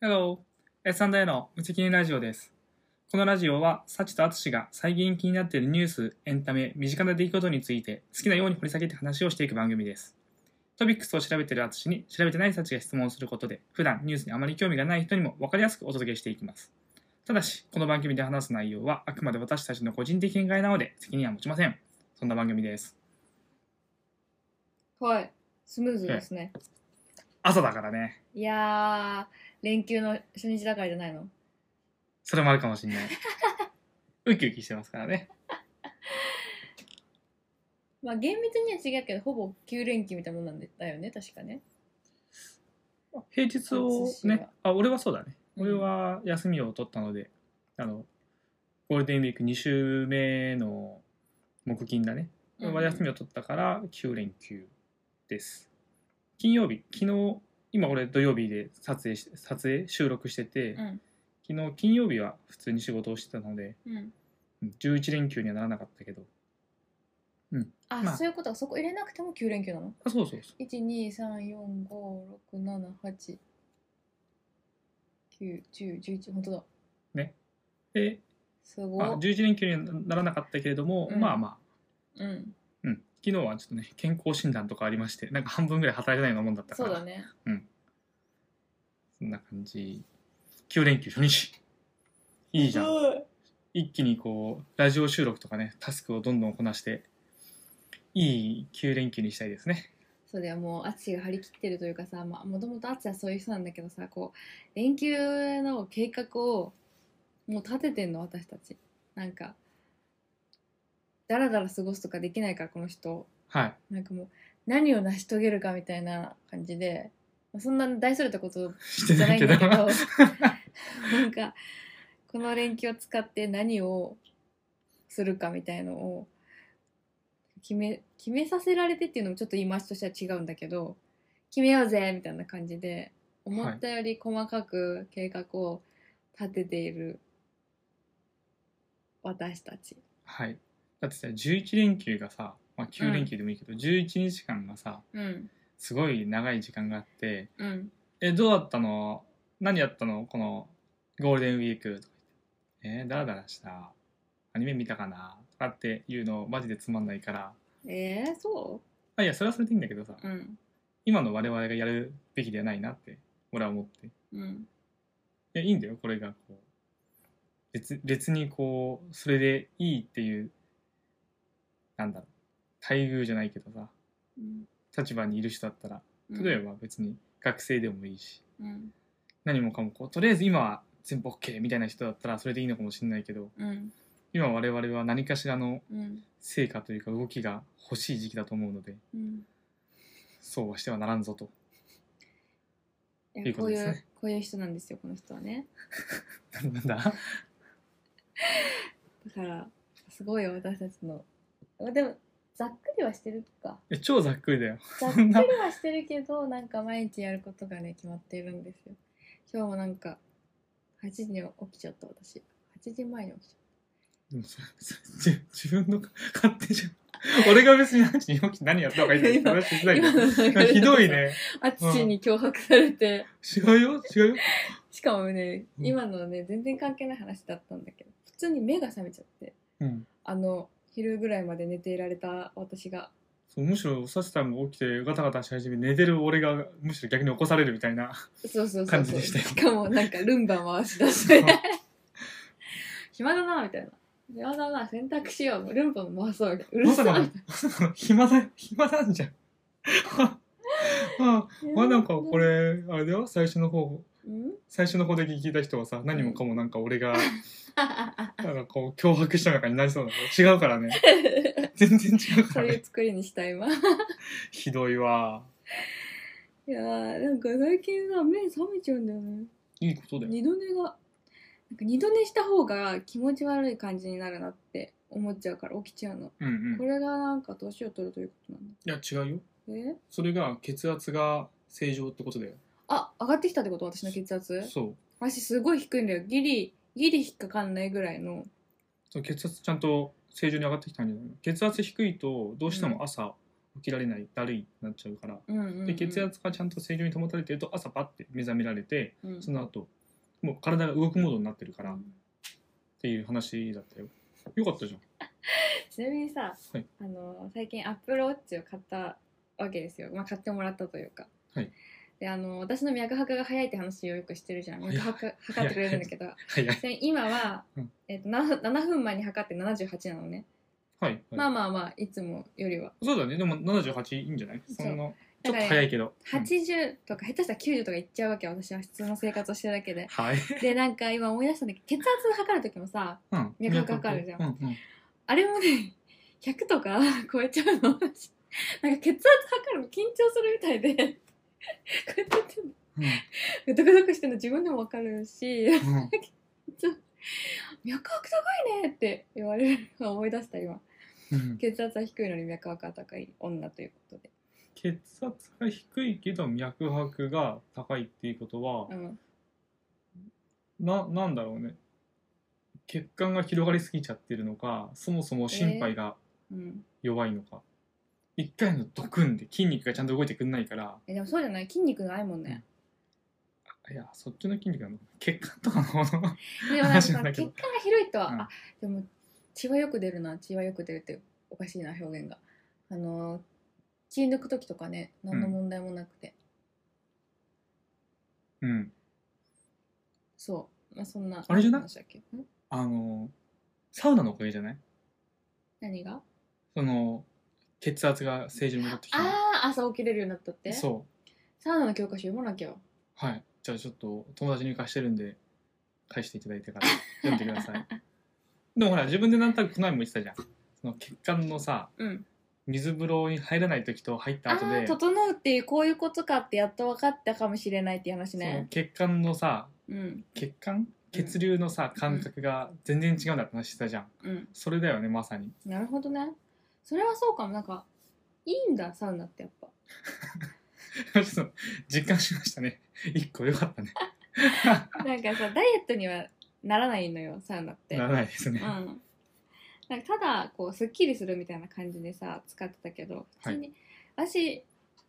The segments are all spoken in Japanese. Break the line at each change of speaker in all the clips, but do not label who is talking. Hello! S&A の無責任ラジオです。このラジオは、サチとアツシが最近気になっているニュース、エンタメ、身近な出来事について好きなように掘り下げて話をしていく番組です。トピックスを調べているアツシに調べてないサチが質問することで、普段ニュースにあまり興味がない人にも分かりやすくお届けしていきます。ただし、この番組で話す内容はあくまで私たちの個人的見解なので責任は持ちません。そんな番組です。
はい。スムーズですね。
朝だからね。
いやー、連休の初日だからじゃないの
それもあるかもしれない。ウキウキしてますからね。
まあ厳密には違うけど、ほぼ9連休みたいなもんなんだよね、確かね。
平日を
私
ね
は
あ俺はそうだね
うん
俺は休みを取ったので、あのゴールデンウィーク2週目の木金だね、俺は休みを取ったから9連休です金曜日昨日今俺土曜日で撮影し撮影収録してて、
うん。
昨日金曜日は普通に仕事をしてたので
うん。
うん11連休にはならなかったけど
あ、
まあ
そういうことか。そこ入れなくても9連休なの
あそうそうそ
?1、2、3、4、5、6、7、8、9、10、11。本当だ。
うです
ご
あ
っ。
11連休にはならなかったけれども、
うん
まあまあ
うん。
うん、昨日はちょっとね健康診断とかありましてなんか半分ぐらい働いてないようなもんだったか
そ
ら
うだね。
そんな感じ9連休初日いいじゃん
うん。
一気にこうラジオ収録とかねタスクをどんどんこなしていい9連休にしたいですね
そうだよもう淳が張り切ってるというかさまあもともと淳はそういう人なんだけどさこう連休の計画をもう立ててんの私たちなんかだらだら過ごすとかできないからこの人
はい
なんかもう何を成し遂げるかみたいな感じでまあそんな大それたこと
して
じゃ
な
ないい
け
ん
ど
だけど なんかこの連休を使って何をするかみたいのを決め決めさせられてっていうのもちょっと言い回しとしては違うんだけど決めようぜみたいな感じで思ったより細かく計画を立てている私たち。
はいだってさ11連休がさ、まあ、9連休でもいいけど、11日間がさ
うん
すごい長い時間があって
うん
えどうだったの何やったのこのゴールデンウィークとか言ってえー、だらだらしたアニメ見たかなとかっていうのマジでつまんないから
えー、そ
あいやそれはそれでいいんだけどさ
ううん
今の我々がやるべきではないなって俺は思ってい
うん
やいいんだよこれがこう別別にこうそれでいいっていうなんだろう待遇じゃないけどさ
うん
立場にいる人だったら
うん
例えば別に学生でもいいし、
うん
何もかもこうとりあえず今は全部 OK みたいな人だったらそれでいいのかもしれないけど
うん
今我々は何かしらの
うん
成果というか動きが欲しい時期だと思うので
うん
そうはしてはならんぞと と
い
いう
や
こ
ことう
で
い
すね
うこういう人なんですよこの人はね
なんだ
だからすごいよ私たちのあでもざっくりはしてるか
え超ざっくりだよ
ざっくりはしてるけどなんか毎日やることがね決まっているんですよ今日もなんか8時に起きちゃった私8時前に起きちゃっ
でもそれそれ自自分の勝手じゃん 俺が別に何時に起きて何やったのかいいのに
今
話しづらいけど
た
なんかひどいね
淳に脅迫されて、
違うよ違うよ
しかもね
うん
今のはね全然関係ない話だったんだけど普通に目が覚めちゃって
うん
あの昼ぐらいまで寝ていられた私が
そうむしろサチさんが起きてガタガタし始め寝てる俺がむしろ逆に起こされるみたいな
そうそうそ
感
う
じ
そう
でしたよ
しかもなんかルンバ回し 出して暇だなみたいな暇だな洗濯しようルンバも回そううる
まさ
さ
か
い
の、暇だ、暇なんじゃん。 あ、まあなんかこれ、あれだよ、最初の方、
うん
最初の方で聞いた人はさ、何もかもなんか俺が、
あ
なんかこう、脅迫したのかになりそうだけど、違うから ね。全然違うか
そう
ら
いう
ね。
作りにした今い
ひどいわ。
やーなんか最近さ目覚めちゃうんだよね
いいことだよ。
二度寝がなんか二度寝した方が気持ち悪い感じになるなって思っちゃうから起きちゃうの
うんう
こ
ん。い
れがなんか年を取るということなんだ
や、違うよ。
え
それが血圧が正常ってことだよ。
あ上がってきたってこと私の血圧
そう。
私すごい低いんだよギリギリ引っかかんないぐらいの
そう血圧ちゃんと正常に上がってきたんじゃないの血圧低いと、どうしても朝起きられないだるいになっちゃうから
うんうんうん
で血圧がちゃんと正常に保たれてると朝パッて目覚められて
うん
その後もう体が動くモードになってるから
う
っ
ん
ていう話だったよよかったじゃん
ちなみにさ、
はい
あの最近アップルウォッチを買ったわけですよ、まあ、買ってもらったというか、
はい
であの私の脈拍が早いって話をよくしてるじゃん
はい
脈拍測ってくれるん だけど
はいはい
ちなみに今は、
うん
えっと 7, 7分前に測って78なのね、
はい、はい
まあまあまあいつもよりは
そうだねでも78いいんじゃない
そう
そんなち
だ
ょっと
から
早いけど、うん
80とか下手したら90とかいっちゃうわけよ私は普通の生活をしてる だけで
はい
でなんか今思い出したんだけど血圧測る時もさ
うん
脈拍かかるじゃん
うんうん
あれもね100とか 超えちゃうの私なんか血圧測るの緊張するみたいで こうやってやってんの
う
ドクドクしてるの自分でも分かるし
ん うん
「脈拍高いね」って言われるのを思い出した今
うん
血圧は低いのに脈拍は高い女ということで、
血圧が低いけど脈拍が高いっていうことは
う、ん、
ななんだろうね血管が広がりすぎちゃってるのかそもそも心肺が
うん、
弱いのか、一回のドクンで筋肉がちゃんと動いてくんないから
えでもそうじゃない筋肉ないもんね
いやそっちの筋肉なの血管とかの方の
でもなんか
話
そ
なん
の
だ
血
けど
管が広いとは、
うん
あでも血はよく出るな血はよく出るっておかしいな表現があの血抜く時とかね何の問題もなくて、
うん
そうまあそんな
あれじゃない
話だっけん
あのサウナのおかげじゃない
何が
その血圧が正常に戻ってきたの
ああ朝起きれるようになったって
そう
サウナの教科書読まなきゃ
はいじゃあちょっと友達に貸してるんで返していただい てから読んでくださいでもほら自分でなんとなくこの前も言ってたじゃんその血管のさ
うん
水風呂に入らない時と入っ
ああ
た後で
ー整うっていうこういうことかってやっと分かったかもしれないっていう話
そう
ね
血管のさ
うん
血管血流のさ感覚が全然違うんだって話してたじゃん
うん
それだよねまさに
なるほどねそれはそうかもなんかいいんだサウナってやっぱ
ちょっと実感しましたね 一個よかったね
なんかさダイエットにはならないのよサウナって
ならないですね、
うんなんかただこうすっきりするみたいな感じでさ使ってたけど普通に、私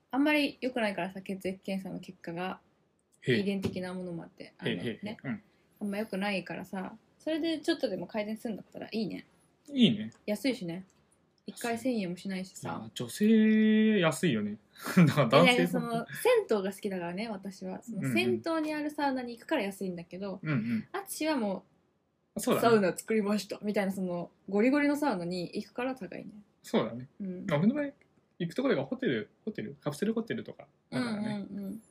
あんまり良くないからさ血液検査の結果が
へ
遺
え
伝的なものもあってあ
へえ
の、
へえ、
ね、
うん
あんま良くないからさそれでちょっとでも改善するんだったらいいね
いいね
安いしね1回1000円もしないし
い
さ
や女性安いよね だから男
いやなん
性
かその銭湯が好きだからね私はその
うんうん
銭湯にあるサウナに行くから安いんだけど
うんうん
淳、はも
そううだ
サ
ね
ウナ作りましたみたいなそのゴリゴリのサウナに行くから高いね
そうだね
うん
まあ僕の場合行くところがホテルホテルカプセルホテルとか
う
だ
ん
からね、
うん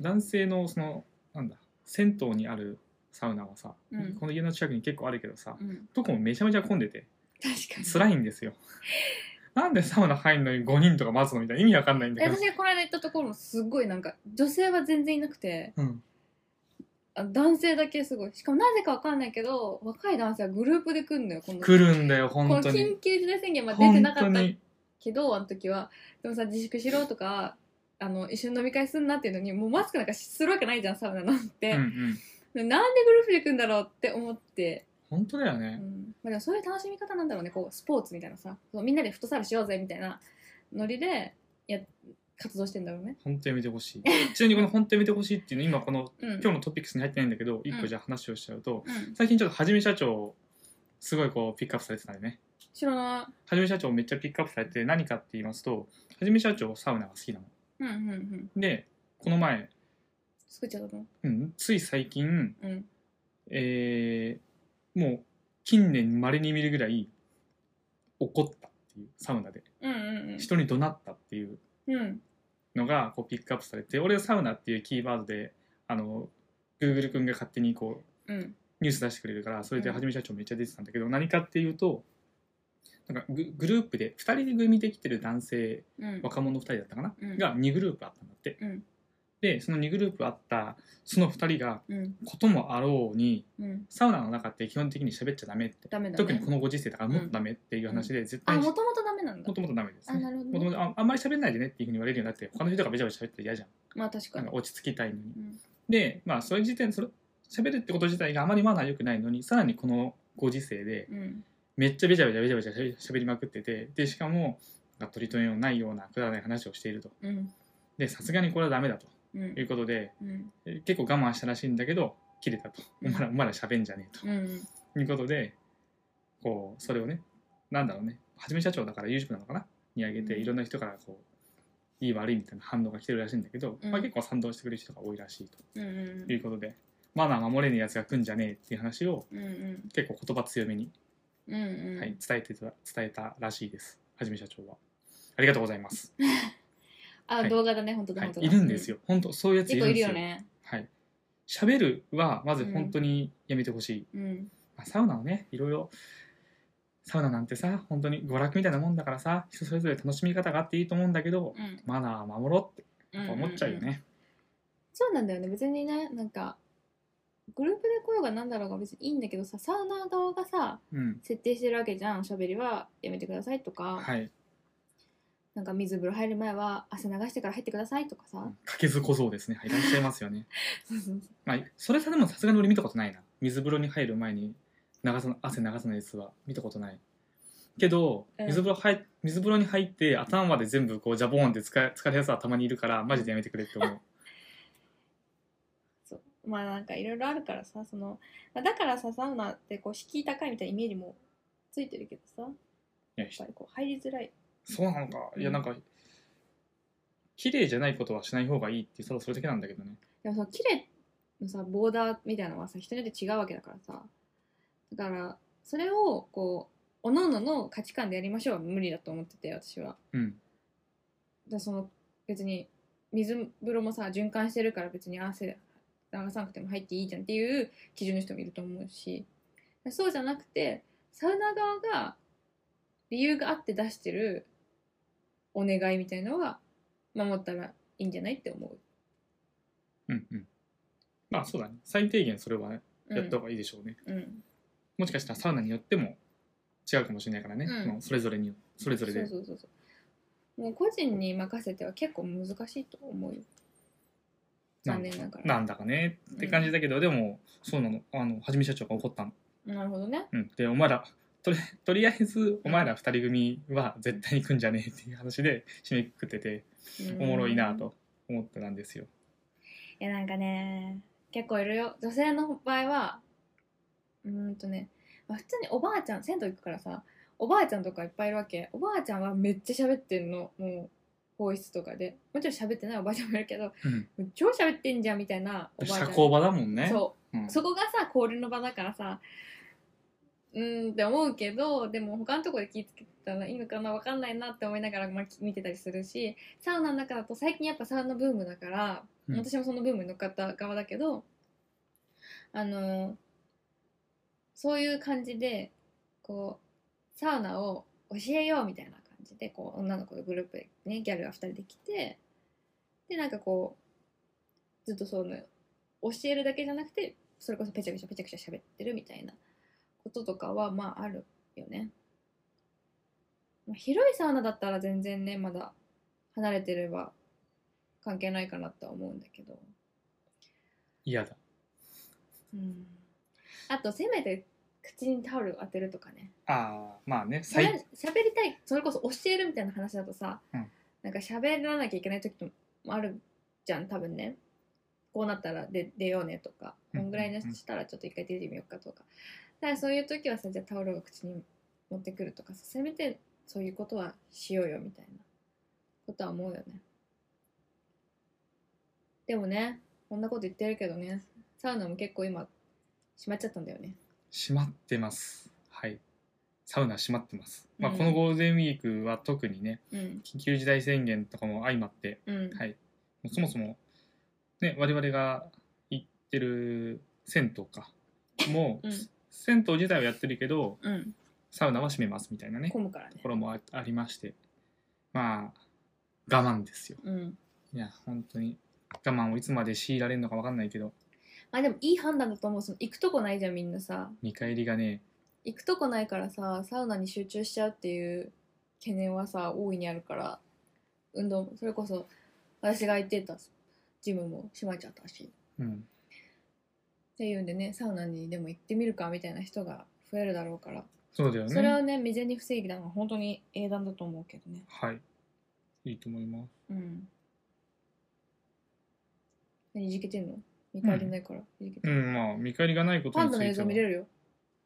男性のそのなんだ銭湯にあるサウナはさ、
うん
この家の近くに結構あるけどさ
うんうん
どこもめちゃめちゃ混んでて
確かに
辛いんですよ なんでサウナ入んのに5人とか待つのみたいな意味わかんないんだけど
私、がこの間行ったところもすごいなんか女性は全然いなくて
うん、
あ男性だけすごいしかもなぜかわかんないけど若い男性はグループで来るのよこの
来るんだよ
この
本当に
緊急事態宣言まで出て
本
なか
当
った
に
けどあの時はでもさ自粛しろとかあの一緒に飲み会すんなっていうのにもうマスクなんかするわけないじゃんサウナなん
う
て
んう、ん
なんでグループで来るんだろうって思って、
本当だよ
う
ね、
んまあ、でもそういう楽しみ方なんだろうねこうスポーツみたいなさそうみんなでフットサルしようぜみたいなノリでや活動してんだろうね、
本当やめてほしいちなみにこの本当やめてほしいっていうの今この
うん、
今日のトピックスに入ってないんだけど一
う
個
ん
じゃあ話をしちゃうと、
うん、
最近ちょっとはじめ社長すごいこうピックアップされてたんでね
知らな
はじめ社長めっちゃピックアップされて何かって言いますとはじめ社長サウナが好きなの
いうんうんうん
でこの前、
作っちゃったの
うん、つい最近
うん
えーもう近年まれに見るぐらい怒ったっていうサウナで
うんうん
人に怒鳴ったっていう
うんうん
のがこうピックアップされて俺はサウナっていうキーワードであの Google 君が勝手にこう
うん
ニュース出してくれるからそれではじめ社長めっちゃ出てたんだけど、何かっていうとなんかググループで2人組で来てる男性
うん
若者2人だったかな、
うん
が2グループあったんだって
うん
でその2グループあったその2人が
うん
こともあろうに
うん
サウナの中って基本的に喋っちゃダメって、
ダメだね
特にこのご時世だからもっとダメっていう話で絶
あ
対に
もともとダメなんだ
もともとダメです、
あなるほど
も
ね
ともとああんまり喋んないでねっていうふうに言われるようになって他の人がべちゃべちゃ喋って嫌じゃん
まあ確か
なん
に
か落ち着きたいのに
うん
でまあそれ時点それ喋るってこと自体があまりマナー良くないのにさらにこのご時世で
うん
めっちゃべちゃべちゃべちゃべちゃ喋りまくっててでしかもが取り留めのないようなくだらない話をしていると。
うん
で、さすがにこれはダメだと
うん
いうことで、
うん
えー結構我慢したらしいんだけど、切れたと。お前ら、お前ら喋んじゃねえと。
うん
いうことで、こう、それをね、なんだろうね、はじめ社長だから YouTube なのかなに上げて、
うん
いろんな人からこう、いい悪いみたいな反応が来てるらしいんだけど、
うん
まあ、結構賛同してくれる人が多いらしい
うんうん
ということで、マナー守れねえやつが来んじゃねえっていう話を
うんうん
結構言葉強めに、
うんうん
はい、伝えてた伝えたらしいです、はじめ社長は。ありがとうございます。は
あ
い
動画だね本当だ
は
本
い
当、だ
いるんですよ、本当そういう
う
や
ん
ついる
結構
ん
い
で
る
すよ。
よね
はい、喋るはまず本当にやめてほしい。
うん
まあ、サウナをねいろいろサウナなんてさ本当に娯楽みたいなもんだからさ人それぞれ楽しみ方があっていいと思うんだけど、
うん
マナー守ろうって
うん
やっ
ん
ぱ思っちゃうよね、
そうなんだよね別にねなんかグループで来ようがなんだろうが別にいいんだけどさサウナー側がさ
うん
設定してるわけじゃんおしゃべりはやめてくださいとか、
はい
なんか水風呂入る前は汗流してから入ってくださいとかさ、
かけず小僧ですね、はい、いらっしゃいますよね
そう そうそう
まあそれさでもさすがに俺見たことないな水風呂に入る前に流さな汗流さないやつは見たことないけど
うん
水風呂入水風呂に入って頭まで全部こうジャボーンって使え使うやつはたまにいるからマジでやめてくれって思 う
そうまあなんかいろいろあるからさそのまあだからさサウナってこう敷居高いみたいなイメージもついてるけどさやっ
いや
ぱりこう入りづらい
そうなのか、いうや
ん
なんか綺麗じゃないことはしない方がいいってただそれだけなんだけどね
でもその綺麗のさボーダーみたいなのはさ人によって違うわけだからさだからそれをこうおののの価値観でやりましょうは無理だと思ってて私は
うん
だその別に水風呂もさ循環してるから別に汗流さなくても入っていいじゃんっていう基準の人もいると思うしそうじゃなくてサウナ側が理由があって出してるお願いみたいのは守ったらいいんじゃないって思
うんうんまあそうだね最低限それはね
う。
やった方
う
がいいでしょうね、
ん、うん
もしかしたらサウナによっても違うかもしれないからね、
うん
そのそれぞれにそれぞれで
そうそうそうそうもう個人に任せては結構難しいと思うよ残念ながら
なんだかねって感じだけど、でもそうなのあのはじめ社長が怒ったの、
なるほどね
うん、でお前らとりとりあえずお前ら二人組は絶対に来んじゃねえっていう話で締めくくってておもろいな
うん
と思ってたんですよ、
いやなんかね結構いるよ女性の場合はうーんとね、まあ、普通におばあちゃん銭湯行くからさおばあちゃんとかいっぱいいるわけおばあちゃんはめっちゃ喋ってんのもう更衣室とかでもちろん喋ってないおばあちゃんもいるけど
うん、
もう超喋ってんじゃんみたいなおばあち
社
ゃん
交場だもんね
そう
うん
そこがさ交流の場だからさうーんって思うけどでも他のとこで気ぃつけたらいいのかなわかんないなって思いながら、まあ、き見てたりするしサウナの中だと最近やっぱサウナブームだから、
うん
私もそのブームに乗っかった側だけどあのそういう感じでこうサウナを教えようみたいな感じでこう女の子のグループでねギャルが2人で来てでなんかこうずっとその教えるだけじゃなくてそれこそペチャペチャペチャペチャ喋ってるみたいなこととかはまああるよね。まあ、広いサウナだったら全然ねまだ離れてれば関係ないかなとは思うんだけど、
嫌だ
うん、あとせめて口にタオル当てるとかね
ああまあね
それ
最
喋りたいそれこそ教えるみたいな話だとさ、
うん
なんか喋らなきゃいけない時もあるじゃん多分ねこうなったらで出ようねとか
う
こ
ん
んぐらいのしたらちょっと一回出てみようかとか、だからそういう時はさじゃあタオルを口に持ってくるとかさせめてそういうことはしようよみたいなことは思うよねでもねこんなこと言ってるけどねサウナも結構今閉まっちゃったんだよね
閉まってますはいサウナ閉まってます、まあ、
うん
このゴールデンウィークは特にね
うん
緊急事態宣言とかも相まって、
うん
はい、もうそもそも、ね、我々が行ってる銭湯かもう、
うん
銭湯自体はやってるけど
うん
サウナは閉めますみたいなねと
混むからね
ころもあありましてまあ我慢ですよ
うん
いや本当に我慢をいつまで強いられるのか分かんないけど
まあでもいい判断だと思うその行くとこないじゃんみんなさ
見返りがね
行くとこないからさサウナに集中しちゃうっていう懸念はさ大いにあるから運動もそれこそ私が行ってたジムも閉まっちゃったし
うん
っていうんでねサウナにでも行ってみるかみたいな人が増えるだろうから
そうだよね。
それをね未然に防いだのは本当に英断だと思うけどね
はい。いいと思います。
うん何いじけてんの見返りないから、いじけて
う
る
ん、まあ、見返りがないこと
パ
に
ン
ついて
ダの
は。
映像見れるよ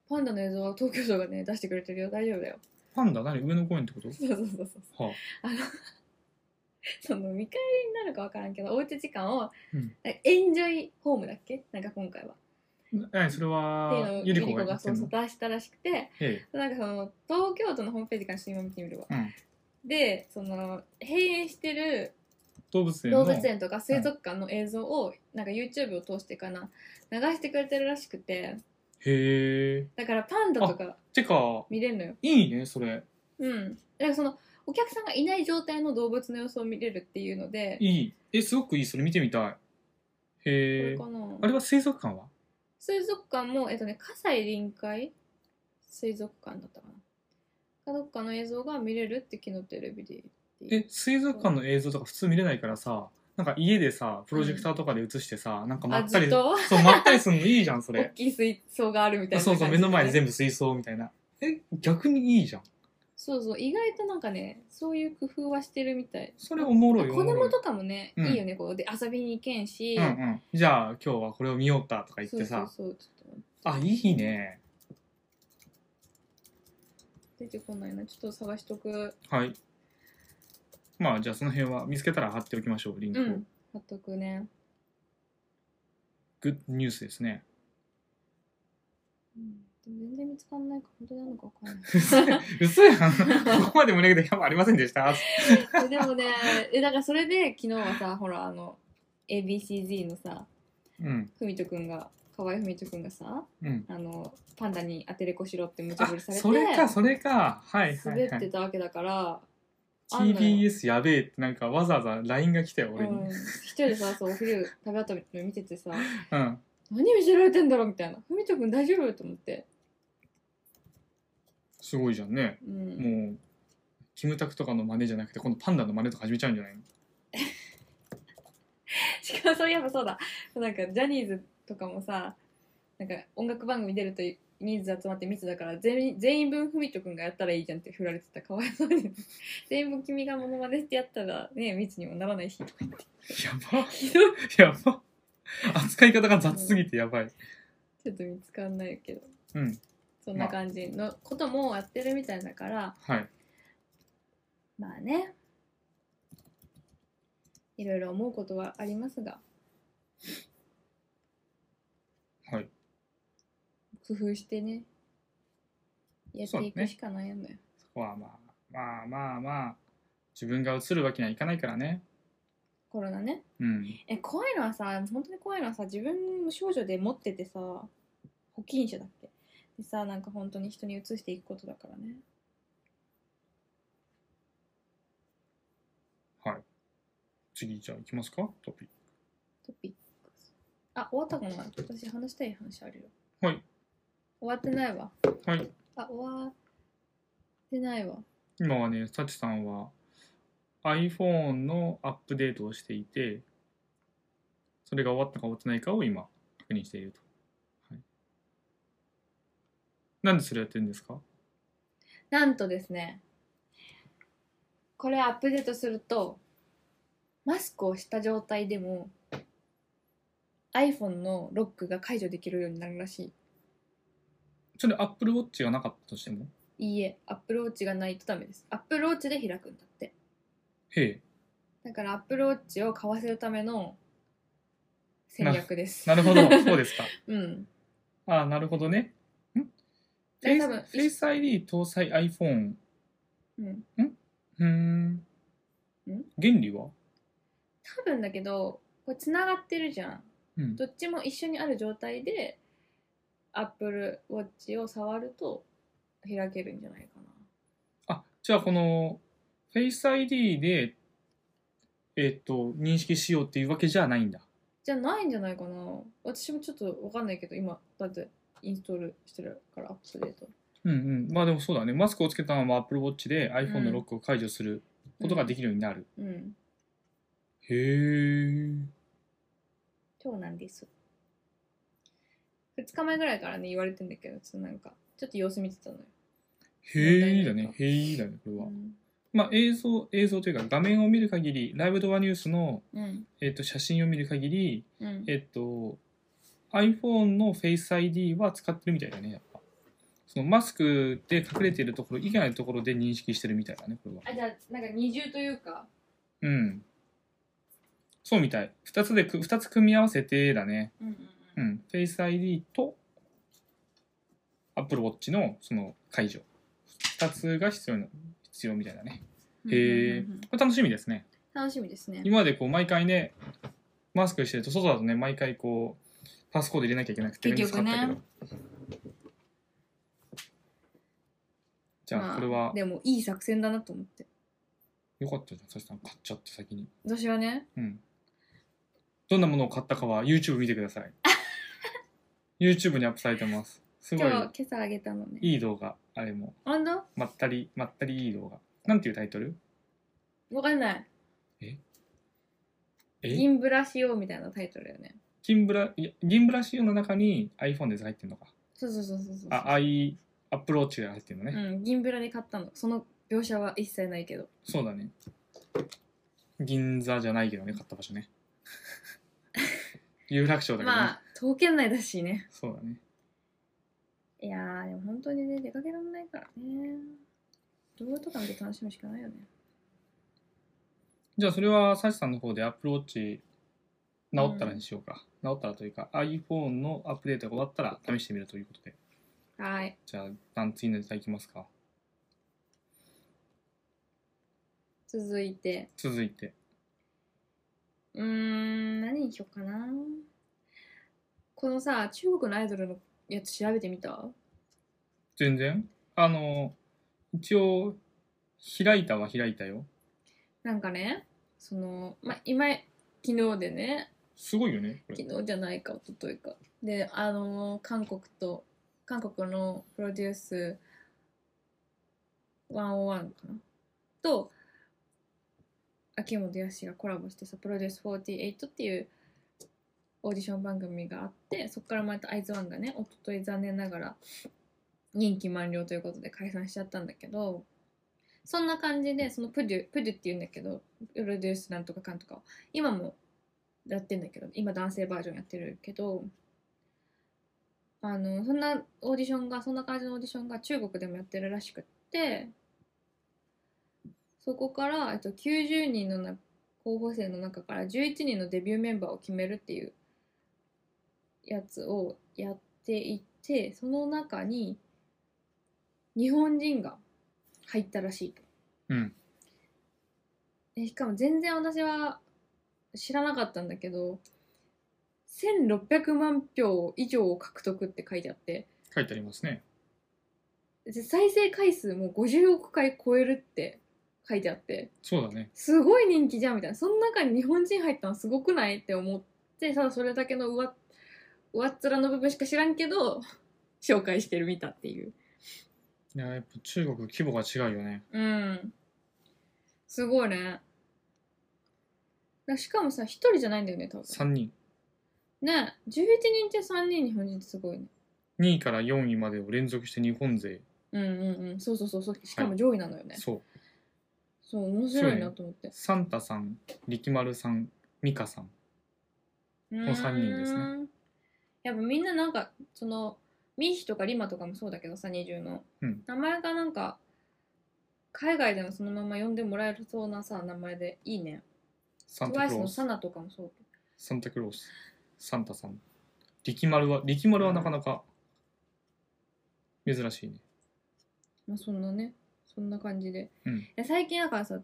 パンダの映像は東京都がね出してくれてるよ大丈夫だよ
パンダ何上野公園ってこと
そうそうそうそう
は
あのその見返りになるか分からんけどおうち時間を、
うん
えエンジョイホームだっけなんか今回は。
あ、え、それ
っていう
は
の
ゆ
を、ゆ
り
り
子
子
が
が
言って
そうん
の
そう出したらしくて
え
なんかその東京都のホームページからちょっと今見てみるわ。
え。うん。
でその閉園してる
動物園の。
動物園とか水族館の映像を、なんか YouTube を通してかな流してくれてるらしくて
へえ。
だからパンダとか
てか、
見れるのよ。
いいね、それ。
うん、だからそのお客さんがいない状態の動物の様子を見れるっていうので
いい。え、すごくいい。それ見てみたい。
こ
へ
れ
え
か。な
あれは水族館は
水族館も、えっとね、葛西臨海水族館だったかな。かどっかの映像が見れるって昨日テレビで言ってい
え、水族館の映像とか普通見れないからさ、なんか家でさ、プロジェクターとかで映してさ、なんかま
あ、
った
ず
り、
っ
そう、
と
まったりするのいいじゃん、 そ
大
れ。
きい水槽があるみたいな
そうそう、目の前に
部。
全部水槽みたいな。え、逆にいいじゃん。
そうそう、意外となんかね、そういう工夫はしてるみたい。
それおもろいおも
子
ろい
供とかもね、
うん
いいよね、こうで遊びに行けんし、
うんうん、じゃあ今日はこれを見ようったとか言っ
そう
て
そ
さ
うそう、ちょっと
あいいね
出てこないな、ちょっと探しとく。
はいまあじゃあその辺は見つけたら貼っておきましょうリンク
う
を、
ん、貼っとくね。
グッドニュースですね
うん、でも全然見つかんないから、本当なのかわかんない。
嘘やんここまで盛り上げてやばありませんでした
えでもねえだからそれで昨日はさほらあの ABCZ のさ
うん
ふみとくんが河合ふみとくんがさ
うん
あのパンダに当てれこしろって無茶
あ
ぶりされて
それかそれかはいは
滑
い
っ
は
て
い
たわけだから、あんのよ
TBS やべえってなんかわざわざ LINE が来たよ俺に、
うん、一人でさそうお昼食べ終わったの見ててさ
うん、
何見せられてんだろうみたいなふみとくん大丈夫と思って、
すごいじゃんね
うん、
もうキムタクとかの真似じゃなくて今度パンダの真似とか始めちゃうんじゃないの
しかもそういえばそうだなんかジャニーズとかもさなんか音楽番組出ると人数集まって密だから全員全員分ふみとくんがやったらいいじゃんって振られてたかわいそうに全員分君がモノマネしてやったらね密にもならないしとか言って
やば
ひどい
やば扱い方が雑すぎてやばい
ちょっと見つかんないけど
うん
そんな感じのこともやってるみたいだから
はい
まあねいろいろ思うことはありますが
はい
工夫してねやっていくしかないよね
そこはまあまあまあまあ自分が映るわけにはいかないからね
コロナね
うん
え怖いのはさ本当に怖いのはさ自分無症状で持っててさ保菌者だっけでさなんか本当に人に移していくことだからね
次じゃあ行きますかトピッ
トピックスあ終わったかな私話したい話あるよ
はい
終わってないわ
クはい
あ終わってないわ
今はねサチさんは iPhone のアップデートをしていてそれが終わったか終わってないかを今確認していると、はい、なんでそれやってるんですか
なんとですねこれアップデートするとマスクをした状態でも iPhone のロックが解除できるようになるらしい
それ Apple Watch がなかったとしても
いいえ、アップルウォッチがないとダメです。アップルウォッチで開くんだって。
へ
だからアップルウォッチを買わせるための戦略です。
えなるほ どそうですか
うん。
ああ、なるほどね。んフェ
え
イス
多分
フェイス ID 搭載 iPhone。
うん。
うーん。
ん
原理は
多分だけど、これ繋がってるじゃん。
うん。
どっちも一緒にある状態で、アップルウォッチを触ると開けるんじゃないかな。
あ、じゃあこの、フェイス ID で、えっ、と、認識しようっていうわけじゃないんだ。
じゃないんじゃないかな。私もちょっとわかんないけど、今、だってインストールしてるから、アップデート。
うんうん。まあでもそうだね。マスクをつけたまま Apple Watch で iPhone
う
の
ん
ロックを解除することができるようになる。
うん。
へえ。
そうなんです。2日前ぐらいからね、言われてんだけど、ちょっとなんか、ちょっと様子見てたのよ。
へえだ
問題ない
ね
か。
へえだね、これ
う
は。
ん
まあ、映像、映像というか画面を見る限り、ライブドアニュースの、
うん
えっと、写真を見る限り、
うん
えっと、iPhone の Face ID は使ってるみたいだね、やっぱ。そのマスクで隠れてるところ以外のところで認識してるみたいだね、これは。
あじゃあなんか二重というか
うん。そうみたい。二つでく、二つ組み合わせてだね。
うんうん
う
うん
ん。Face ID と Apple Watch のその解除。二つが必要な、必要みたいだね。
うん
へえ
うんうんうん
これ楽しみですね。
楽しみですね
今までこう毎回ねマスクしてると外だとね毎回こうパスコード入れなきゃいけなくて
結局ね
面倒くさかったけどじゃ
ま
あ
あ
これは
でもいい作戦だなと思って
よかったじゃんさしさん買っちゃって先に
私はね
うんどんなものを買ったかは YouTube 見てくださ い YouTube にアップされてますすご
今
い
日今朝あげたのね
いい動画あれも
あんだ
まったりまったりいい動画なんていうタイトル
わかんない
え
銀ブラしようみたいなタイトルだよね
銀ブラいや銀ブラ仕様の中に iPhone で入ってるのか
そうそうそうそうそう
あ、アイアップローチが入ってるのね、
うん銀ブラで買ったのその描写は一切ないけど
そうだね。銀座じゃないけどね、買った場所ね。有楽町だけどね。
まあ刀剣内だしね
そうだね。
いやーでも本当にね出かけられないからね動画とか見て楽しむしかないよね
じゃあそれは、サシさんの方でアップローチ直ったらにしようか。直ったらというか、iPhone のアップデートが終わったら試してみるということで。
はい
じゃあ、段次のネタいきますか。
続いて
続いて。
うーん何にしようかなこのさ中国のアイドルのやつ調べてみた
全然あの、一応、開いたは開いたよ。
なんかねその、まあ、今昨日でね
すごいよね、これ。
昨日じゃないか一昨日かであのー韓国と韓国のプロデュース101かなと秋元康がコラボしてさプロデュース48っていうオーディション番組があってそこからまたアイズワンがね一昨日残念ながら任期満了ということで解散しちゃったんだけどそんな感じでそのプデュプデュっていうんだけどプロデュースなんとかかんとかを今もやってんだけど今男性バージョンやってるけどあのそんなオーディションがそんな感じのオーディションが中国でもやってるらしくってそこから、えっと、90人のな候補生の中から11人のデビューメンバーを決めるっていうやつをやっていてその中に日本人が入ったらしいと。
うん。
えしかも全然私は知らなかったんだけど1600万票以上を獲得って書いてあって
書いてありますね。
で再生回数も50億回超えるって書いてあって
そうだね。
すごい人気じゃんみたいなその中に日本人入ったのすごくないって思ってただそれだけの上上っ面の部分しか知らんけど紹介してる見たっていう
いや、やっぱ中国規模が違うよね。
うんすごいねだしかもさ一人じゃないんだよね多分
3人。
ね11人中3人日本人ってすごいね
2位から4位までを連続して日本勢、
うんうんうんそうそうそうそうしかも上位なのよね、
そう
そう面白いなと思って
サンタさん力丸さんミカさん
う
の三人ですね
ーんやっぱみんななんかそのミヒとかリマとかもそうだけどさ20の、
うん
名前がなんか海外でもそのまま呼んでもらえるそうなさ名前でいいね
サンタク
TWICE
ロー
の
ス
サナとかもそう
サンタクロースサンタさん力丸は力丸はなかなか珍しいね
まあそんなねそんな感じで、
うん
で最近だからさ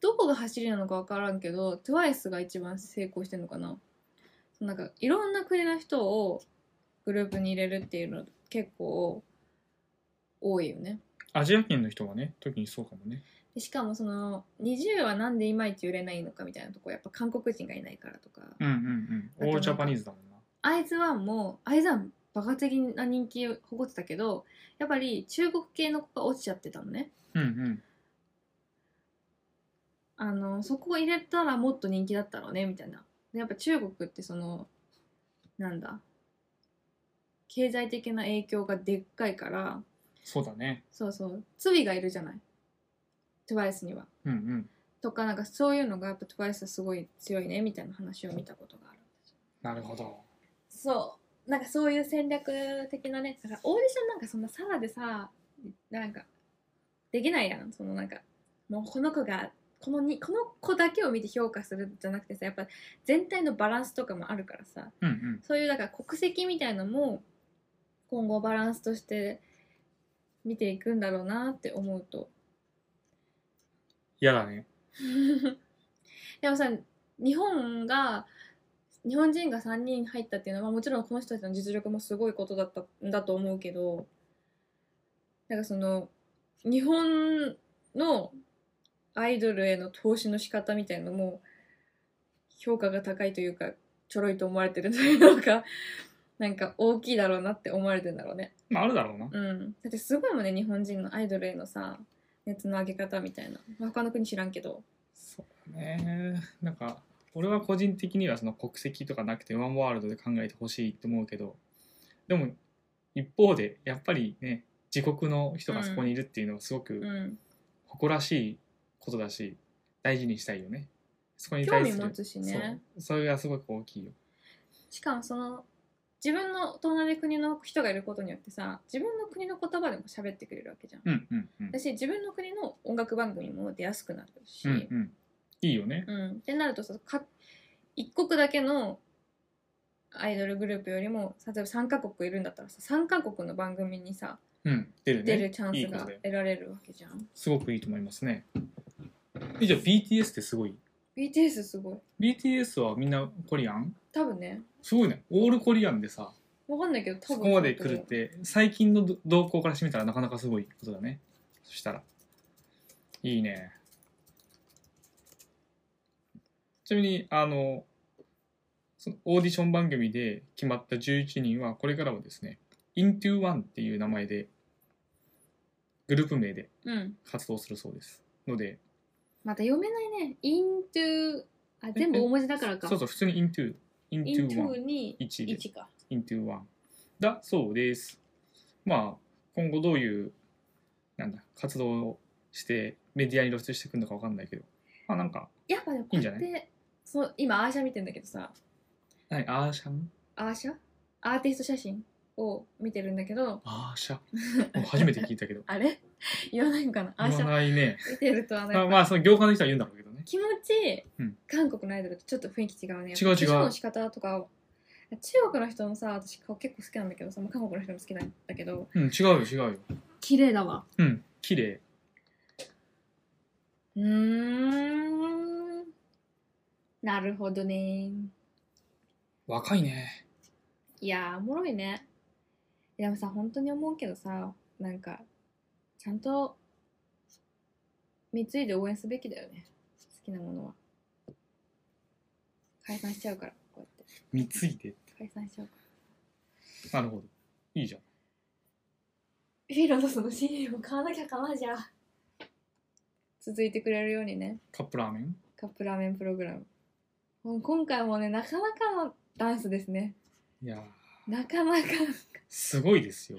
どこが走りなのか分からんけど TWICE が一番成功してんのかなそのなんかいろんな国の人をグループに入れるっていうの結構多いよね
アジア圏の人はね特にそうかもね
でしかもその20はなんでいまいち売れないのかみたいなとこやっぱ韓国人がいないからとか、
うんうん
あ
う
と
ん
なん
オ
か
ールジャパニーズだもんな
アイズワンもアイズワンバカ的な人気を誇ってたけどやっぱり中国系の子が落ちちゃってたのね
うんうん
あのそこを入れたらもっと人気だったろうねみたいなでやっぱ中国ってそのなんだ経済的な影響がでっかいから
そうだね。
そうそうツビがいるじゃない TWICE には
うんうん。
とかなんかそういうのがやっぱ TWICE すごい強いねみたいな話を見たことがある
なるほど。
そうなんかそういう戦略的なねだからオーディションなんかそんなサラでさなんかできないやんそのなんかもうこの子がこのにこの子だけを見て評価するじゃなくてさやっぱ全体のバランスとかもあるからさ
うんうん。
そういうだから国籍みたいのも今後バランスとして見ていくんだろうなって思うと
嫌だね。
でもさ日本が日本人が3人入ったっていうのはもちろんこの人たちの実力もすごいことだったんだと思うけどなんかその日本のアイドルへの投資の仕方みたいのも評価が高いというかちょろいと思われてるというのか なんか大きいだろうなって思われてんだろうね。
まあ、あるだろうな。
うん、だってすごいもんね日本人のアイドルへのさ熱の上げ方みたいな他の国知らんけど。
そうだね。なんか、俺は個人的にはその国籍とかなくてワンワールドで考えてほしいと思うけど、でも、一方で、やっぱりね、自国の人がそこにいるっていうのはすご
う
く
ん
誇らしいことだし、大事にしたいよね。そこに
興
対
味
する。
持つしね
そう。それがすごく大きいよ。
しかもその自分の隣国の人がいることによってさ自分の国の言葉でも喋ってくれるわけじゃん、
うんうんうん。
だし自分の国の音楽番組も出やすくなるし、
うんうん。いいよね。
うんってなるとさか一国だけのアイドルグループよりも例えば3カ国いるんだったらさ3カ国の番組にさ
うん。出るね。
出るチャン
い
ス
いこと
が
だよ
得られるわけじゃん
すごくいいと思いますね。えじゃあ BTS ってすごい
BTS すごい
?BTS はみんなコリアン
多分ね
すごいね。オールコリアンでさ、
わかんないけど多
そ
分
こまで来るっ
そうだと思う
て、最近のど動向からしてみたらなかなかすごいことだね。そしたら。いいね。ちなみに、あの、そのオーディション番組で決まった11人は、これからはですね、IntoOne っていう名前で、グループ名で
うん
活動するそうです。ので、
また読めないね into あ全部大文字だからか
そうそう、普通に Into、
into
Into1、
に
1で
1か
Into1 だそうです。まあ、今後どういう、なんだ、活動をしてメディアに露出してくるのかわかんないけど、まあなんか、
やっぱでもこ
いいん
う
じ
や
ゃ
っ
な
てそう今アーシャ見てんだけどさ
何アーシャン
アーシャアーティスト写真を見てるんだけど。
アーシャ。お 初めて聞いたけど
あれ言わないのか なアーシ
言
ャ
わないね。
見てるとあの
ま
や
あ、
っ
ま
ぱ
あ、その業界の人は言うんだろうけどね。
気持ちいい、
うん
韓国のアイドルとちょっと雰囲気違う
違う
ね
違う
化粧の仕方とか中国の人もさ私顔結構好きなんだけどさもう韓国の人も好きなんだけど
うん、違うよ、違うよ。
綺麗だわ
うん、綺麗。
うーんなるほどね
若いね。
いやーおもろいねでもさ本当に思うけどさなんかちゃんと貢いで応援すべきだよね好きなものは解散しちゃうからこうやって
貢いで。
解散しちゃうか
なるほど。いいじゃん。
らフィロのそのシールも買わなきゃかなじゃあ続いてくれるようにね
カップラーメン
カップラーメンプログラムもう今回もねなかなかのダンスですね
いやー
なかなか
すごいですよ。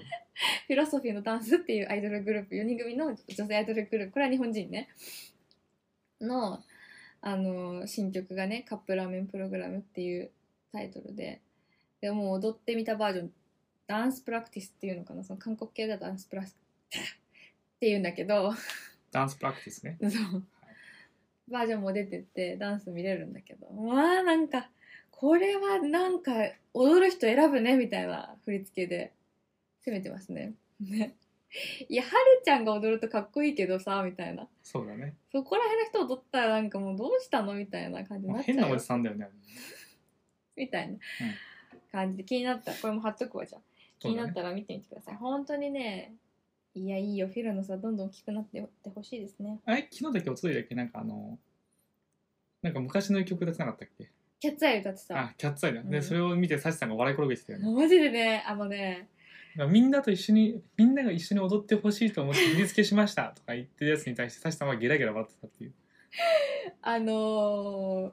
フィロソフィーのダンスっていうアイドルグループ4人組の女性アイドルグループこれは日本人ねのあの新曲がね「カップラーメンプログラム」っていうタイトルででもう踊ってみたバージョンダンスプラクティスっていうのかなその韓国系だとダンスプラスっていうんだけど
ダンスプラクティスね。
そうバージョンも出ててダンス見れるんだけどまあなんかこれはなんか踊る人選ぶねみたいな振り付けで攻めてますね。 ねいやはるちゃんが踊るとかっこいいけどさみたいな
そうだね。
そこら辺の人踊ったらなんかもうどうしたのみたいな感じに
まあ
なっち
変な
ゃう
お
よ
じさんだよね。
みたいな感じで気になったこれも貼っとくわじゃあ気
そう
に
だ
なっ
ね。
たら見てみてください、本当にねいやいいよフィルのさどんどん大きくなってってほしいですね
あれ昨日だけおとといだっけなんかあの、なんか昔の曲歌ってなかったっけ
キャッツアイ歌ってさ
あ、キャッツアイだ。
う
で、
ん
それを見てサチさんが笑い転げてたよね。
マジでねあのね
だからみんなと一緒に、みんなが一緒に踊ってほしいと思って振り付けしましたとか言ってるやつに対してサチさんはゲラゲラ笑ってたっていう。
あのー、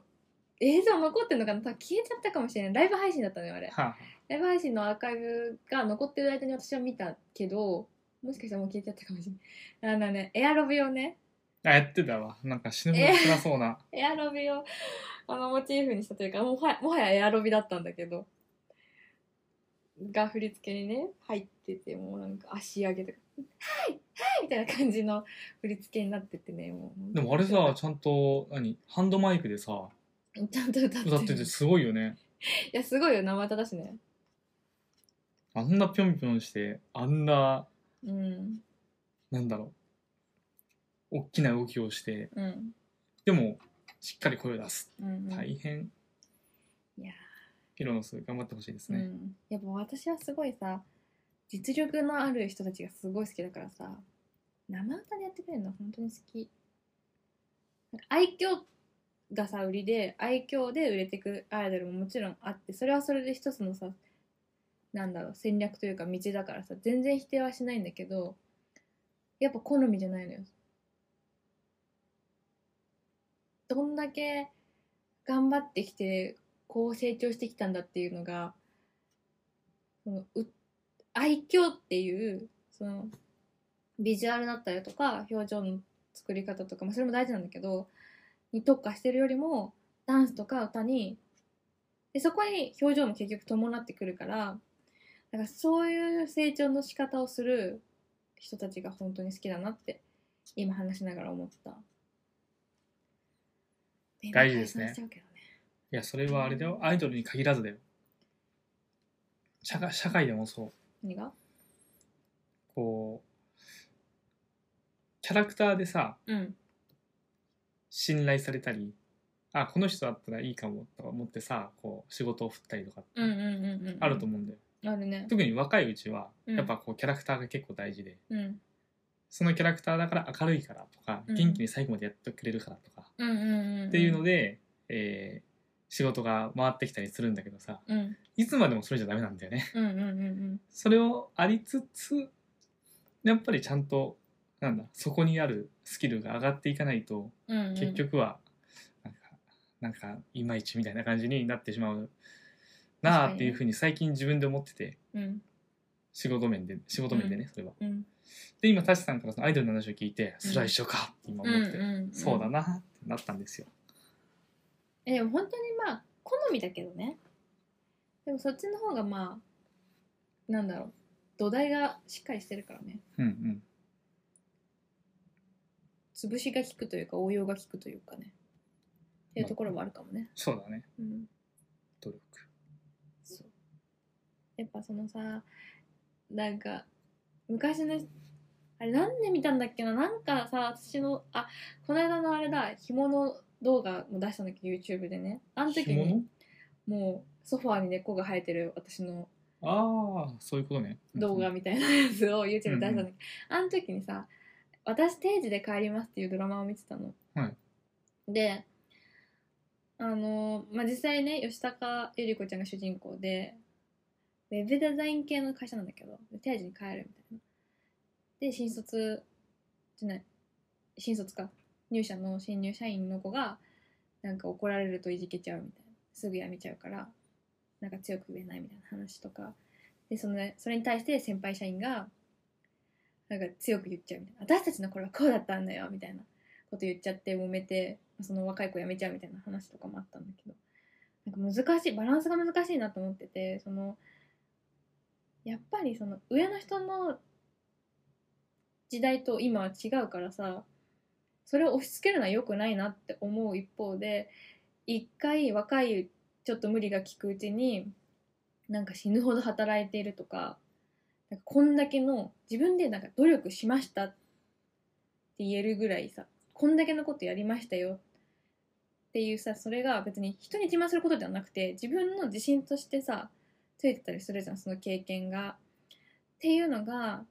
映像残ってんのかな多分消えちゃったかもしれないライブ配信だったのよあれ
はあはあ、
ライブ配信のアーカイブが残ってる間に私は見たけどもしかしたらもう聞いてたかもしれない。あのね、エアロビをね、
あ、やってたわ。なんか死ぬほど辛そうな。
エアロビをあのモチーフにしたというかもはやもはやエアロビだったんだけどが振り付けにね入っててもうなんか足上げとか「はいはい!」みたいな感じの振り付けになっててねもう
でもあれ さ、ちゃんと、何ハンドマイクでさ、
ちゃんと歌って
歌ってて
るい
すごいよね。
やすごいよ生歌だしね
あんなぴょんぴょんして、あんな、
うん
なんだろう。大きな動きをして、
うん
でも、しっかり声を出す。
うん、
大変。
いや
ヒロノス、頑張ってほしいです
う
ね。
ん、やっぱ私はすごいさ実力のある人たちがすごい好きだからさ生歌でやってくれるの本当に好きなんか愛嬌がさ売りで愛嬌で売れてくアイドルももちろんあってそれはそれで一つのさなんだろう戦略というか道だからさ全然否定はしないんだけどやっぱ好みじゃないのよどんだけ頑張ってきてこう成長してきたんだっていうのがそのう愛嬌っていうそのビジュアルだったりとか表情の作り方とか、まあ、それも大事なんだけどに特化してるよりもダンスとか歌にでそこに表情も結局伴ってくるからだからそういう成長の仕方をする人たちが本当に好きだなって今話しながら思った。
大事ですね
解散しちゃうけど
いや、それはあれだよ。アイドルに限らずだよ。社会社会でもそう。
何が
こう、キャラクターでさ、
うん
信頼されたり、あ、この人だったらいいかもとか思ってさ、こう、仕事を振ったりとかって
うんうんうんうん
あると思うんだよ。
あるね
特に若いうちは、
うん
やっぱこう、キャラクターが結構大事で、
うん
そのキャラクターだから明るいからとか、
うん
元気に最後までやってくれるからとか、
うんうんうん
っていうので、えー仕事が回ってきたりするんだけどさ、
うん
いつまでもそれじゃダメなんだよね。
うんうんうん
それをありつつやっぱりちゃんとなんだそこにあるスキルが上がっていかないと
うんうんうん
結局はなんか、なんかいまいちみたいな感じになってしまうなあっていうふうに最近自分で思ってて
うん
仕事面で仕事面でね、それは。
うん
で今タシさんからそのアイドルの話を聞いて、スライショかって今
う
思って、
んうん
そうだなってなったんですよ。
えでも本当にまあ好みだけどねでもそっちの方がまあなんだろう土台がしっかりしてるからね
うんうん、
潰しが効くというか応用が効くというかねっていうところもあるかもね
そうだね
うん
努力。
そうやっぱそのさなんか昔のあれ何で見たんだっけななんかさ私のあこの間のあれだ干物動画も出したんだけど YouTube でねあの時
干物
にもうソファーに猫が生えてる私の
ああそういうことね。
動画
うん
みたいなやつを YouTube で出したんだけ
うん
ど、あの時にさ「私定時で帰ります」っていうドラマを見てたの。
はい
であのーまあ実際ね吉高由里子ちゃんが主人公でウェブデザイン系の会社なんだけど定時に帰るみたいな。で新卒じゃない新卒か入社の新入社員の子がなんか怒られるといじけちゃうみたいなすぐ辞めちゃうからなんか強く言えないみたいな話とかでそのそれに対して先輩社員がなんか強く言っちゃうみたいな私たちの頃はこうだったんだよみたいなこと言っちゃって揉めてその若い子辞めちゃうみたいな話とかもあったんだけどなんか難しいバランスが難しいなと思っててそのやっぱりその上の人の時代と今は違うからさそれを押し付けるのは良くないなって思う一方で一回若いちょっと無理が利くうちになんか死ぬほど働いているとかなんかこんだけの自分でなんか努力しましたって言えるぐらいさこんだけのことやりましたよっていうさそれが別に人に自慢することではなくて自分の自信としてさついてたりするじゃんその経験が。っていうのが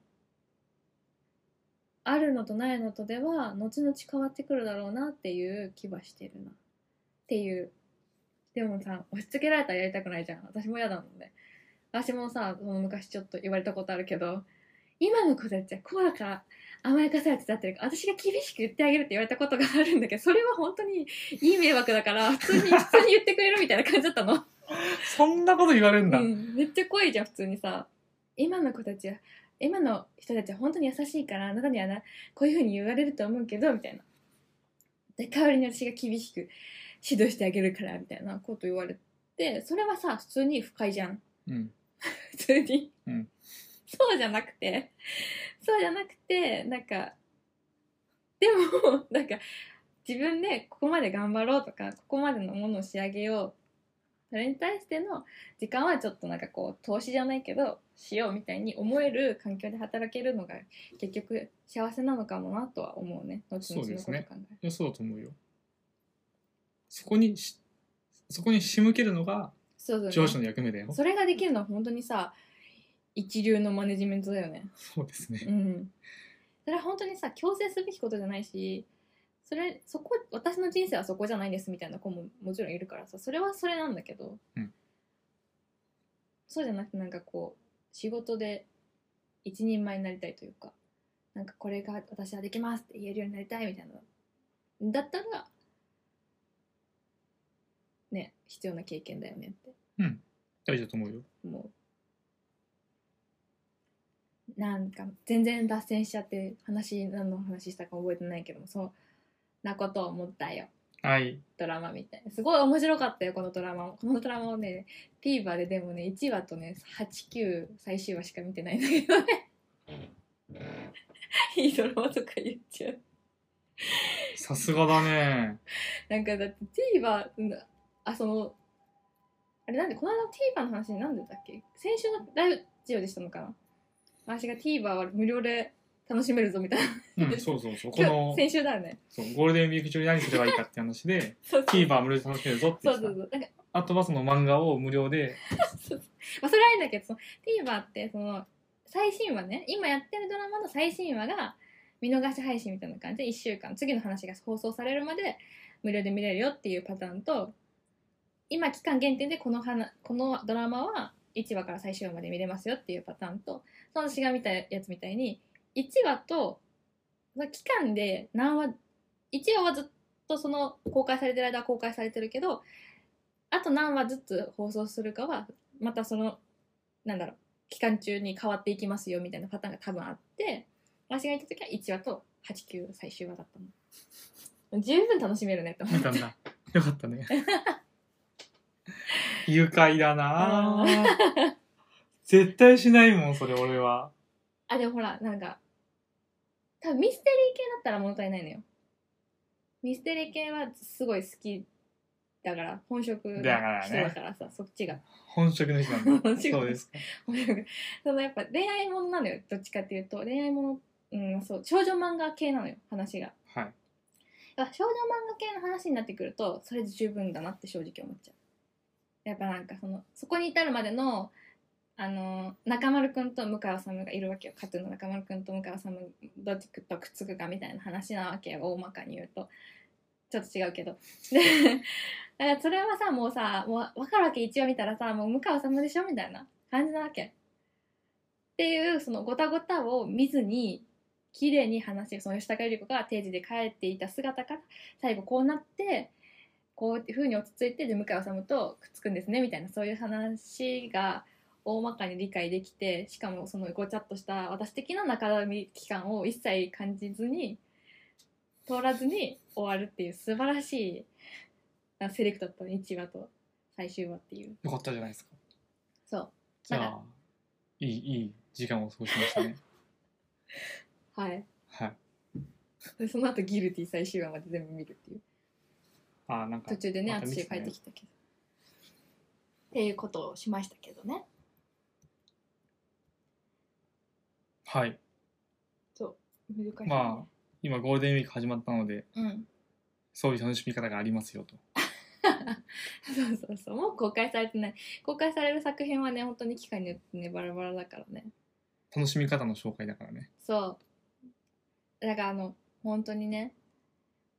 あるのとないのとでは後々変わってくるだろうなっていう気はしてるなっていうでもさ押し付けられたらやりたくないじゃん私も嫌だもんね私もさその昔ちょっと言われたことあるけど今の子たちはこうだから甘やかされてたってるから私が厳しく言ってあげるって言われたことがあるんだけどそれは本当にいい迷惑だから普通に普通に言ってくれるみたいな感じだったの
そんなこと言われるんだ。
うん、めっちゃ怖いじゃん普通にさ今の子たちは今の人たちは本当に優しいからあなたにはなこういうふうに言われると思うけどみたいなで代わりに私が厳しく指導してあげるからみたいなこと言われてそれはさ普通に不快じゃん
うん
普通に、
うん
そうじゃなくてそうじゃなくてなんかでも なんか自分でここまで頑張ろうとかここまでのものを仕上げようそれに対しての時間はちょっとなんかこう投資じゃないけどしようみたいに思える環境で働けるのが結局幸せなのかもなとは思うね後々のこと
そうです
考え
ねいやそうだと思うよそこにしそこに仕向けるのが
そうそう
上司の役目だよ、
それができるのは本当にさ一流のマネジメントだよね
そうですね
うん、それは本当にさ強制すべきことじゃないしそれそこ私の人生はそこじゃないですみたいな子ももちろんいるからさそれはそれなんだけど、
うん
そうじゃなくてなんかこう仕事で一人前になりたいというかなんかこれが私はできますって言えるようになりたいみたいなだったらね必要な経験だよねって
大事だと思うよ
もうなんか全然脱線しちゃって話何の話したか覚えてないけどもそんなことを思ったよ
はい
ドラマみたいすごい面白かったよこのドラマもこのドラマもね TVer ででもね1話とね89最終話しか見てないんだけどね いいドラマとか言っちゃう
さすがだ ね
なんかだって TVer うんあそのあれなんでこの間 TVer の話なんでだっけ先週のラジオでしたのかな私が TVer は無料で楽しめるぞみたいな
うんそうそうそうこ
今日
の
先週だよね
そうゴールデンウィーク中に何すればいいかって話 で
そうそう
TVer 無料で楽しめるぞって
そ
言
う
っ
そ
てた
うそうなんか
あとはその漫画を無料で
そうそうまあそれはいいんだけどその TVer ってその最新話ね今やってるドラマの最新話が見逃し配信みたいな感じで1週間次の話が放送されるまで無料で見れるよっていうパターンと今期間限定でこの花このドラマは1話から最終話まで見れますよっていうパターンとその私が見たやつみたいに1話とまあ期間で何話1話はずっとその公開されてる間は公開されてるけどあと何話ずつ放送するかはまたそのなんだろう期間中に変わっていきますよみたいなパターンが多分あって私が行った時は1話と89最終話だったの十分楽しめるねと思
見
って
たんだよか ったね愉快だなあ絶対しないもんそれ俺は
あ、でもほら、なんか、多分ミステリー系だったら物足りないのよ。ミステリー系はすごい好きだから、本職の人
だからね
だからさ、そっちが。
本職の人なんだ
本職
そうですか
本職そのやっぱ恋愛ものなのよ、どっちかっていうと。恋愛もの、うん、そう、少女漫画系なのよ、話が。
はい
やっぱ少女漫画系の話になってくるとそれで十分だなって正直思っちゃうやっぱなんかそのそこに至るまでのあの中丸くんと向井治がいるわけよカトゥーンの中丸くんと向井治どっちとくっつくかみたいな話なわけよ大まかに言うとちょっと違うけどでだからそれはさもうさもう分かるわけ一応見たらさもう向井治でしょみたいな感じなわけっていうそのごたごたを見ずに綺麗に話その吉高由里子が定時で帰っていた姿から最後こうなってこういうふうに落ち着いてで向井治とくっつくんですねみたいなそういう話が大まかに理解できてしかもそのごちゃっとした私的な中身期間を一切感じずに通らずに終わるっていう素晴らしいあセレクトだったね1話と最終話っていう
よかったじゃないですか
そう
じゃ
なん
あいいいい時間を過ごしま したね
はい
はい
でその後ギルティ最終話まで全部見るっていう
あーなんか
途中でね
また見
私
て
帰
た
ってきたけどっていうことをしましたけどね
はい
難しいね
まあ今ゴールデンウィーク始まったので
うん
そういう楽しみ方がありますよと
そうそうそうもう公開されてない公開される作品はね本当に機会によってねバラバラだからね
楽しみ方の紹介だからね
そうだからあの本当にね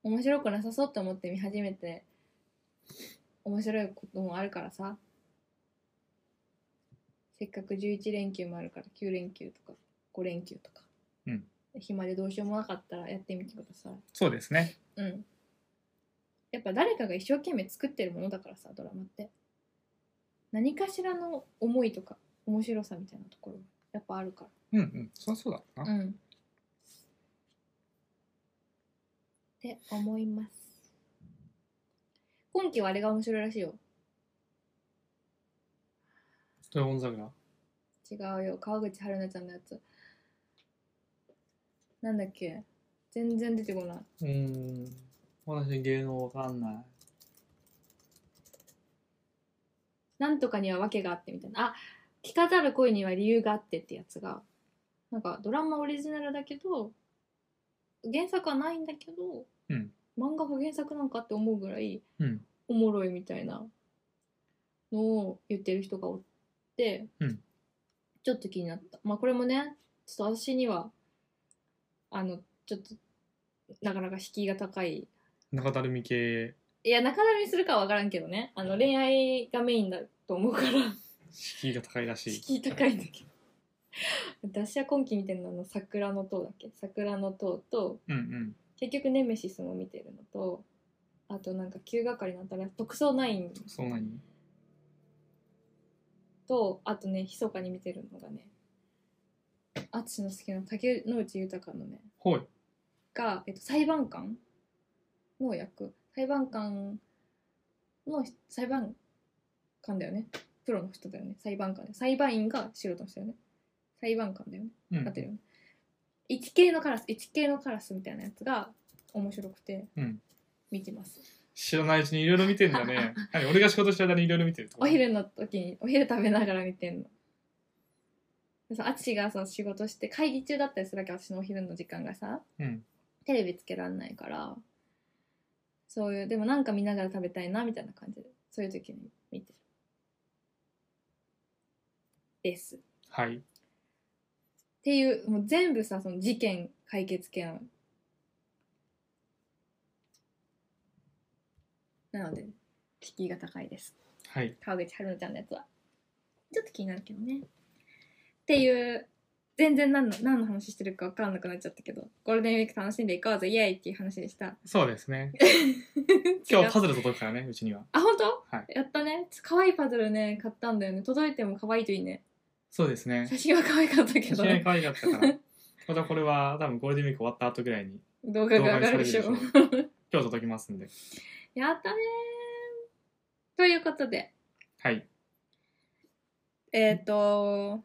面白くなさそうと思って見始めて面白いこともあるからさせっかく11連休もあるから9連休とか5連休とか、
うん
暇でどうしようもなかったらやってみてください
そうですね
うんやっぱ誰かが一生懸命作ってるものだからさドラマって何かしらの思いとか面白さみたいなところやっぱあるか
うんうんそりゃそうだろう
ら
な、
うんって思います今期はあれが面白いらしいよ
ドラゴン桜
違うよ川口春奈ちゃんのやつなんだっけ全然出てこないう
ーん私芸能わかんない
なんとかには訳があってみたいなあ聞かざる恋には理由があってってやつがなんかドラマオリジナルだけど原作はないんだけど、
うん
漫画が原作なんかって思うぐらい
うん
おもろいみたいなのを言ってる人がおって、
うん
ちょっと気になったまあこれもねちょっと私にはあのちょっとなかなか敷居が高い
中だるみ系
いや中だるみするかは分からんけどねあの恋愛がメインだと思うから
敷居が高いらしい
敷居高いんだけど私は今期見てるのはあの桜の塔だっけ桜の塔と
うんうん
結局ネメシスも見てるのとあとなんか9係の新しい特捜9
そうなに
とあとね密かに見てるのがね淳の好きな竹野内豊のね
ほい
が、えっと、裁判官の役裁判官の裁判官だよねプロの人だよね裁判官裁判員が素人の人だよね裁判官だよね
うん
合ってるよね一系のカラス一系のカラスみたいなやつが面白くて
うん
見てます、
知らないうちにいろいろ見てんだ ね何俺が仕事してる間にいろいろ見てるってこと
お昼の時にお昼食べながら見てんのでさ淳がさ仕事して会議中だったりするわけ私のお昼の時間がさ
うん
テレビつけらんないからそういうでもなんか見ながら食べたいなみたいな感じでそういう時に見てるですっ
はい
ていうもう全部さその事件解決系なのなので敷居が高いです
はい
川口春奈ちゃんのやつはちょっと気になるけどねっていう全然何の何の話してるか分からなくなっちゃったけどゴールデンウィーク楽しんでいこうぜイエイっていう話で した
そうですね
違
今
う
日パズル届くからねうちには
あ本当
はい
やったね可愛いパズルね買ったんだよね届いても可愛いといいね
そうですね
写真は可愛かったけ
非
ど
常に可愛かった からまたこれは多分ゴールデンウィーク終わった後ぐらいに
動画が上がるでしょ
動画にさ今日届きますんで
やったねーということで
はい
えっ、と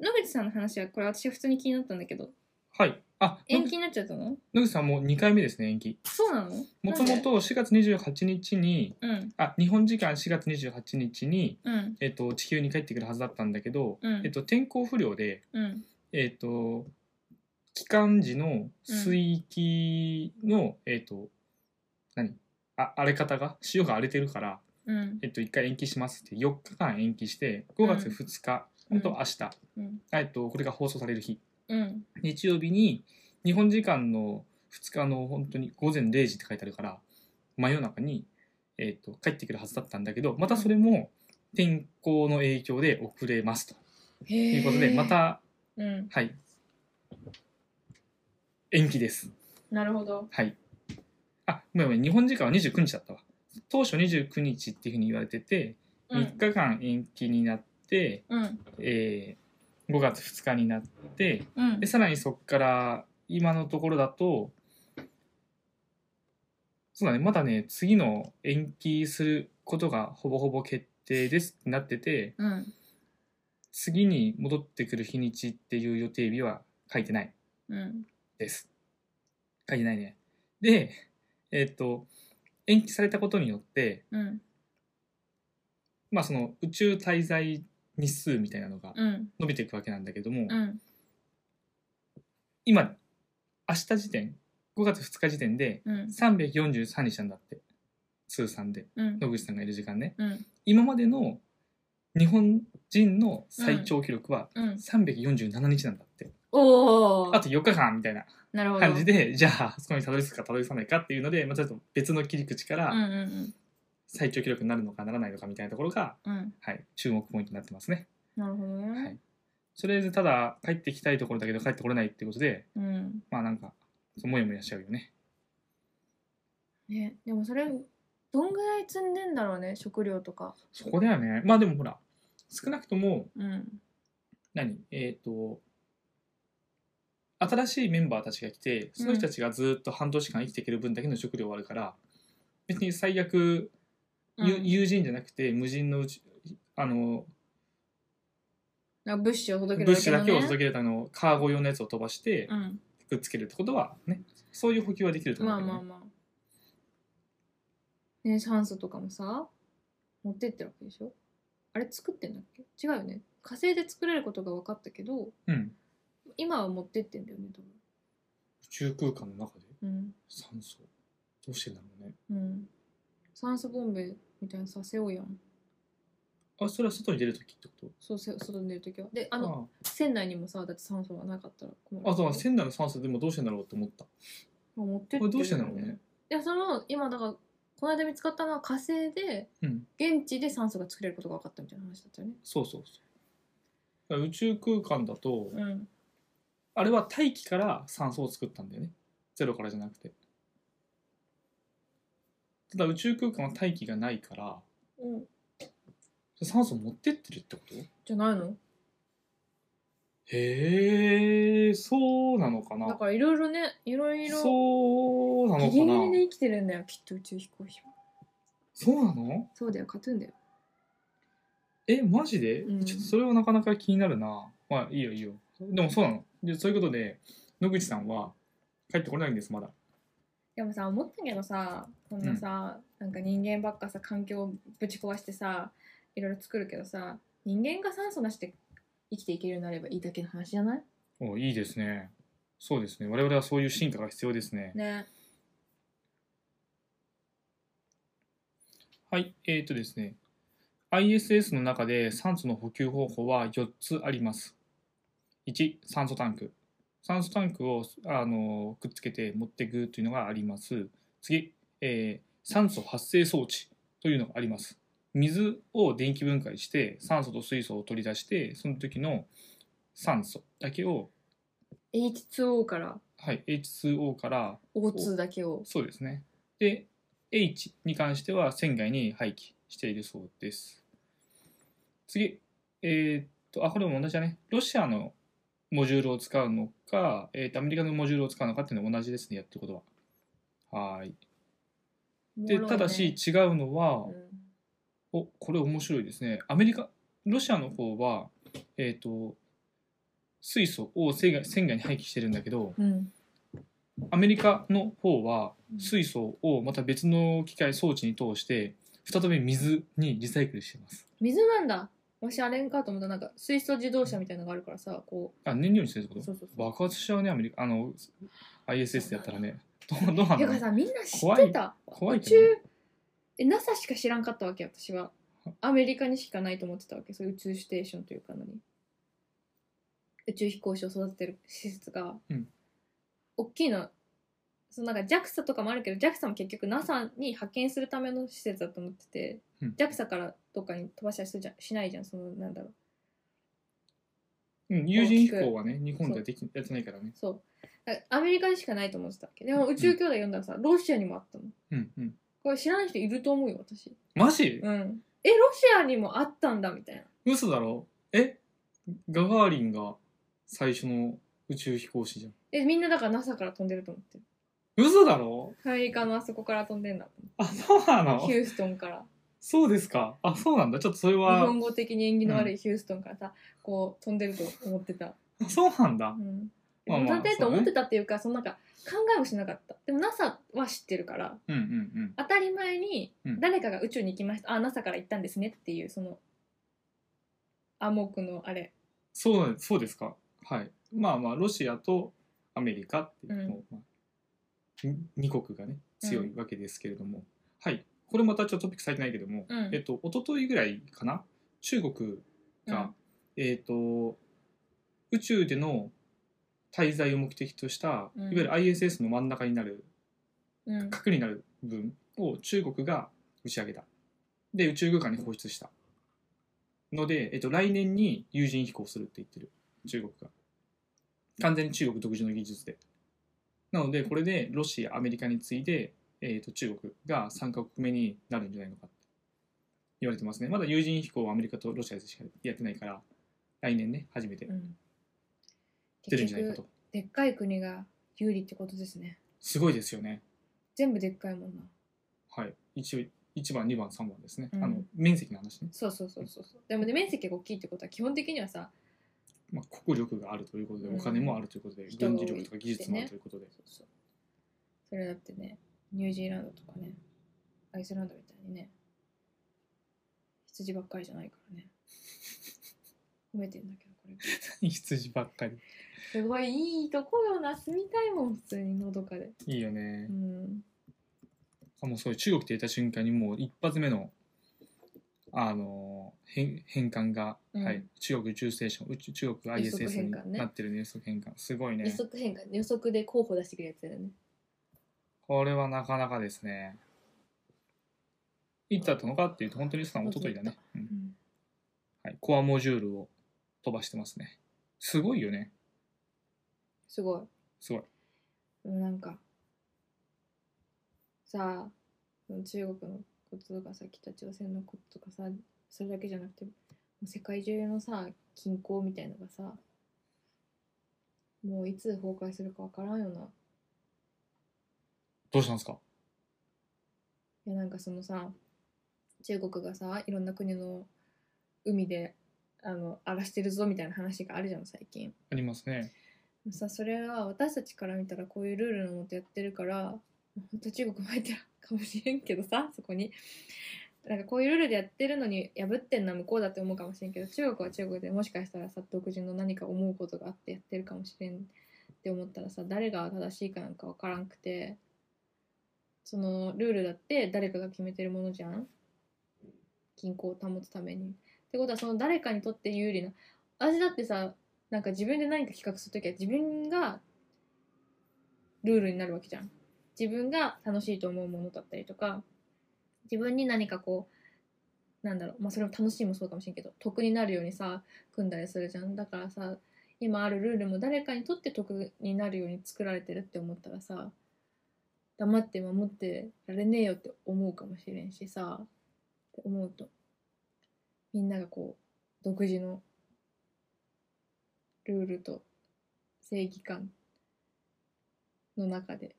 野口さんの話はこれ私普通に気になったんだけど
はいあ野
延
口
期になっちゃったの
野口さんもう2回目ですね延期
そうなの
もともと4月28日に
なんで
あ日本時間4月28日に、
うんうん
えっと、地球に帰ってくるはずだったんだけど、
うん
えっと、天候不良で、
うん
えっと、帰還時の水域の、えっと何あ荒れ方が潮が荒れてるから、
うん
えっと、1回延期しますって4日間延期して5月2日、
うん
本当明日、
うん
あえっと、これが放送される日
うん
日曜日に日本時間の2日の本当に午前0時って書いてあるから真夜中に、えー、と帰ってくるはずだったんだけどまたそれも天候の影響で遅れますと
と
い
いう
ことでまた
うん
はい延期です
なるほど
はいあごめんごめん日本時間は29日だったわ当初29日っていうふうに言われてて
う
3
ん
日間延期になって、
うん
えー5月2日になって
うん
でさらにそこから今のところだとそうだねまだね次の延期することがほぼほぼ決定ですってなってて
うん
次に戻ってくる日にちっていう予定日は書いてない
うん
です書いてないねでえーっと延期されたことによって
うん
まあその宇宙滞在日数みたいなのが
うん
伸びていくわけなんだけども、
うん
今明日時点5月2日時点で
うん
343にしたんだって通算で
うん
野口さんがいる時間ね
うん
今までの日本人の最長記録は
うん
347日なんだって、
おお
あと4日間みたいな
なるほど
感じでじゃあそこにたどり着くかたどり着かないかっていうので、まあ、ちょっと別の切り口か
う
ら
んうん
最長記録になるのかならないのかみたいなところが、
うんうん
はい、注目ポイントになってますね。
なるほどね、
はい、それでただ帰ってきたいところだけど帰ってこれないってことで
うん
まあなんかもやもやしちゃうよね。
ねでもそれどんぐらい積んでんだろうね食料とか
そこだよね。まあでもほら、少なくとも、
うん
何えっ、と、新しいメンバーたちが来て、その人たちがずっと半年間生きていける分だけの食料はあるから、別に最悪、
うん
ゆ友人じゃなくて、無人のうち、あの、
あ物資を届ける
物資だけを
の
届
ね
けるためのカーゴ用のやつを飛ばして、
うん
くっつけるってことは、ね、そういう補給はできると思
ま
う
あ
んだけどね
まあまあね酸素とかもさ持ってってるわけでしょあれ作ってんだっけ違うよね火星で作れることが分かったけど
うん。
今は持ってってんだよね多
宇宙空間の中で
分
酸素、どうしてんだろうね。
うんうん酸素ボンベみたいにさせようやん
あ、それは外に出るときってこと
そうせ外に出るときはであ
あ
の船内にもさだって酸素がなかったら困る
あ、そう、仙台の酸素でもどうしてんだろうって思った。
まあ持ってって
これどうしてんだろうね
いやその今だからこの間見つかったのは火星で
うん。
現地で酸素が作れることが分かったみたいな話だったよね
そうそうそう。だから宇宙空間だと、
うん
あれは大気から酸素を作ったんだよね。ゼロからじゃなくて。ただ宇宙空間は大気がないから、
うん
酸素持ってってるってこと
じゃないの
へえ、そうなのか
だ
な。
からいろいろねいろいろ
そうなのか
ギリギ
な
リ。で生きてるんだよきっと宇宙飛行士は
そうなの
そうだよ勝つんだよ
え、マジで、
うん
ちょっとそれはなかなか気になるな。まあいいよいいよ。でもそうなの。でそういうことで、野口さんは帰ってこれないんです、まだ。
でもさ思ったけどさこんなさ、なんか人間ばっかさ環境をぶち壊してさいろいろ作るけどさ人間が酸素なしで生きていけるようになればいいだけの話じゃない
おいいですね。そうですね。我々はそういう進化が必要ですね。
ね
はい、えっ、とですね。ISS の中で酸素の補給方法は4つあります。1、酸素タンク。酸素タンクをあのくっつけて持っていくというのがあります。次、えー酸素発生装置というのがあります。水を電気分解して酸素と水素を取り出してその時の酸素だけを、
H2O から
はい、H2O から
O2 だけを
そうですね。で、H に関しては船外に廃棄しているそうです。次、えーっと、あ、これも同じだね。ロシアのモジュールを使うのか、えーっと、アメリカのモジュールを使うのかっていうのは同じですね、やってることは。はーい。で、
おもろいね
ただし違うのは、おこれ面白いですねアメリカロシアの方はえっ、と水素を船外船外に廃棄してるんだけど
うん、うん
アメリカの方は
うん
水素をまた別の機械装置に通して再び水にリサイクルしてます
水なんだもしあれんかと思ったらなんか水素自動車みたいなのがあるからさこ
あ燃料にしてるって
う
こ
そ
と
うそうそう
爆発しちゃうねアメリカあの ISS でやったらねどうどうなんだ
てい
ろ
うか
う
さみんな知ってた
怖い
宇
け
宙
どね
え NASA しか知らんかったわけ私はアメリカにしかないと思ってたわけそういう宇宙ステーションというか何宇宙飛行士を育ててる施設が、
うん
大きいのそのなんか JAXA とかもあるけど JAXA も結局 NASA に派遣するための施設だと思ってて、
うん
JAXA からどっかに飛ばしたりするじゃんしないじゃんそのなんだろう
うん有人飛行はね日本ではできやってないからね
そうだからアメリカにしかないと思ってたわけでも宇宙兄弟読んだらさ、ロシアにもあったの
うんうん
これ知らない人いると思うよ私
マジ
うんえロシアにもあったんだみたいな
嘘だろえガガーリンが最初の宇宙飛行士じゃん
えみんなだから NASA から飛んでると思ってる
嘘だろ
アメリカのあそこから飛んでんだと
あそうな
思
の
ってヒューストン から
そうですかあそうなんだちょっとそれ
日
は
本語的に縁起の悪いヒューストンからさ、こう飛んでると思ってた、
あそうなんだ
うん
まあまあ
飛んでると思っ
そう
てたっていうかそのなんか考えもしなかったでも NASA は知ってるから
うんうんうん
当たり前に
うん
誰かが宇宙に行きました、あ NASA から行ったんですねっていうその暗黙のあれ
そうなんそうですか。はい。まあまあ、ロシアとアメリカっていう、
うん
もうまあ、に2国がね、強いわけですけれども、はい。これまたちょっとトピックされてないけども、
うん
えっと、一昨日ぐらいかな、中国が、えっと、宇宙での滞在を目的とした、
うん
いわゆる ISS の真ん中になる、
うん
核になる部分を中国が打ち上げた。で、宇宙空間に放出した。ので、えっと、来年に有人飛行するって言ってる。中国が。完全に中国独自の技術で。なので、これでロシア、アメリカに次いで、えっと、中国が3カ国目になるんじゃないのかって言われてますね。まだ有人飛行はアメリカとロシアでしかやってないから、来年ね、初めて
うん、
出るん
結
じゃないか
局
と。
でっかい国が有利ってことですね
すごいですよね。
全部でっかいもんな
はい。一応、1番、2番、3番ですね。
うん
あの、面積の話ね。
そうそうそうそうそうでもね面積が大きいってことは基本的にはさ
まあ、国力があるということで、
うん
お金もあるということで、
人が多
軍
い
事力とか技術もあるということ で。
そうそうそれだってねニュージーランドとかねアイスランドみたいにね羊ばっかりじゃないからね褒めてんだけどこれ
羊ばっかり。
すごいいいとこよな住みたいもん普通にのどかで
いいよね
う。ん
あもうそういう中国って言った瞬間にもう一発目の、あのー変変換が、
うん
はい、中国宇宙ステーション宇宙中国
予測
ISS
変
に
換ね
なってるね予測変換すごい
予
ね
測変換予測で候補出してくるやつだよね
これはなかなかですねいつだったのかっていうと本当にさ
うん
一昨日だね、うんはい、コアモジュールを飛ばしてますねすごいよね
すごい
すごい
でもなんかさあその中国のこととかさ北朝鮮のこととかさそれだけじゃなくてもう世界中のさ均衡みたいのがさもういつ崩壊するかわからんよな
どうしたんですか
いやなんかそのさ中国がさいろんな国の海であの荒らしてるぞみたいな話があるじゃん最近
ありますね
さそれは私たちから見たらこういうルールのもとやってるから本当中国も入ってるかもしれんけどさそこになんかこういうルールでやってるのに破ってんのは向こうだって思うかもしれんけど中国は中国でもしかしたらさ独自の何か思うことがあってやってるかもしれんって思ったらさ誰が正しいかなんか分からんくてそのルールだって誰かが決めてるものじゃん均衡を保つために。ってことはその誰かにとって有利な私だってさなんか自分で何か企画するときは自分がルールになるわけじゃん。自分が楽しいと思うものだったりとか自分に何かこうなんだろうまあそれも楽しいもそうかもしれんけど得になるようにさ組んだりするじゃん。だからさ今あるルールも誰かにとって得になるように作られてるって思ったらさ黙って守ってられねえよって思うかもしれんしさって思うとみんながこう独自のルールと正義感の中で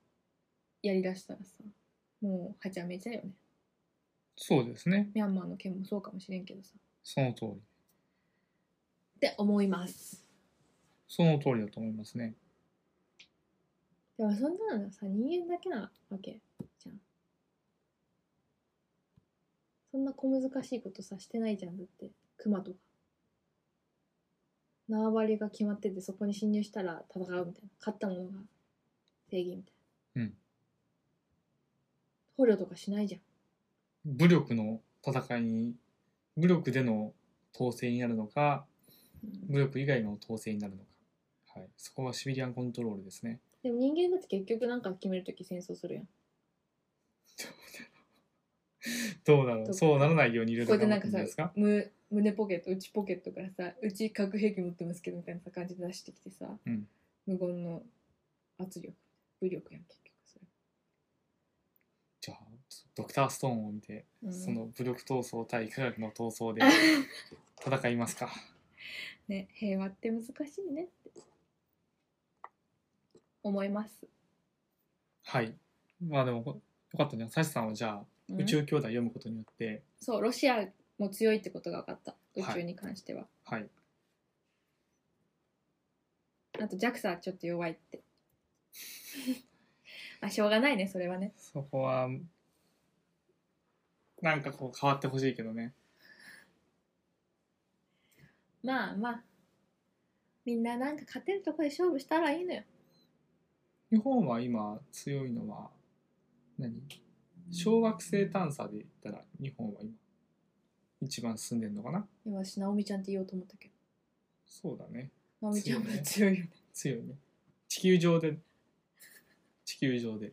やりだしたらさもうはちゃめちゃよね
そうですね
ミャンマーの件もそうかもしれんけどさ
その通り
って思います
その通りだと思いますね
でもそんなのさ人間だけなわけじゃんそんな小難しいことさしてないじゃんだってクマとか縄張りが決まっててそこに侵入したら戦うみたいな勝ったものが正義みたいな
うん
捕虜とかしないじゃん
武力の戦いに武力での統制になるのか
うん
武力以外の統制になるのか、はい、そこはシビリアンコントロールですね
でも人間だって結局なんか決めるとき戦争するやん。
どうだろ
ど
う
う
そうならないようにいろい
こ
ろ
うで
頑張
な
っ
ん
て
か
るんですか、
さむ胸ポケット、内ポケットからさ、うち核兵器持ってますけどみたいなさ感じで出してきてさ、
うん
無言の圧力、武力やん結局そ
じゃあドクターストーンを見て、
れ。うん
その武力闘争対科学の闘争 で戦いますか
ね、平和って難しいねって思います。
はいまあでもこよかったねサシさんはじゃあ、
うん
宇宙兄弟読むことによって
そう、ロシアも強いってことが分かった、宇宙に関しては。
はい
あと JAXA はちょっと弱いって。 まあ、しょうがないね、それはね。
そこはなんかこう変わってほしいけどね
まあまあみんななんか勝てるとこで勝負したらいいのよ
日本は今強いのは何小惑星探査で言ったら日本は今一番進んでんのかな
今私直美ちゃんって言おうと思ったけど
そうだね
直美ちゃんも
強いね
強い
強い
よね
ね地球上で地球上で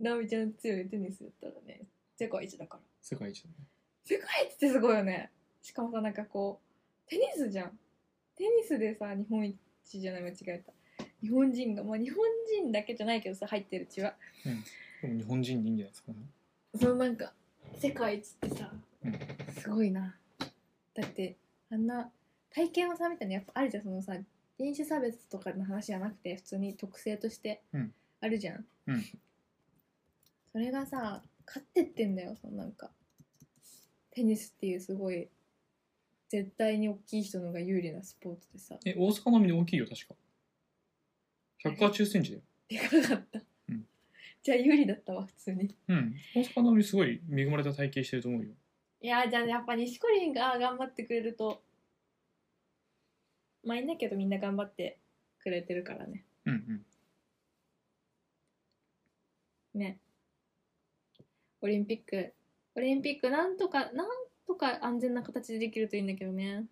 直美ちゃん強いよテニスだったらね世界一だから
世界一だね
世界一ってすごいよねしかもさなんかこうテニスじゃんテニスでさ日本一じゃない間違えた日本人がまあ日本人だけじゃないけどさ入ってる血は
でも日本人にいいんじゃないですかね
そのなんか世界一ってさ
うん
すごいなだってあんな体験をさみたいなやっぱあるじゃんそのさ人種差別とかの話じゃなくて普通に特性として
うん
あるじゃん、
うん
それがさ勝ってってんだよそのなんかテニスっていうすごい絶対に大きい人の方が有利なスポーツでさ
え、大阪の海で大きいよ、確か。180センチだよ。
でかかった、
うん
じゃあ有利だったわ普通に
うん。大阪の海すごい恵まれた体型してると思うよ。
いやーじゃあやっぱ錦織が頑張ってくれるとまあいいんだけどみんな頑張ってくれてるからね
うんうん。
ねオリンピックオリンピックなんとかなんとか安全な形でできるといいんだけどね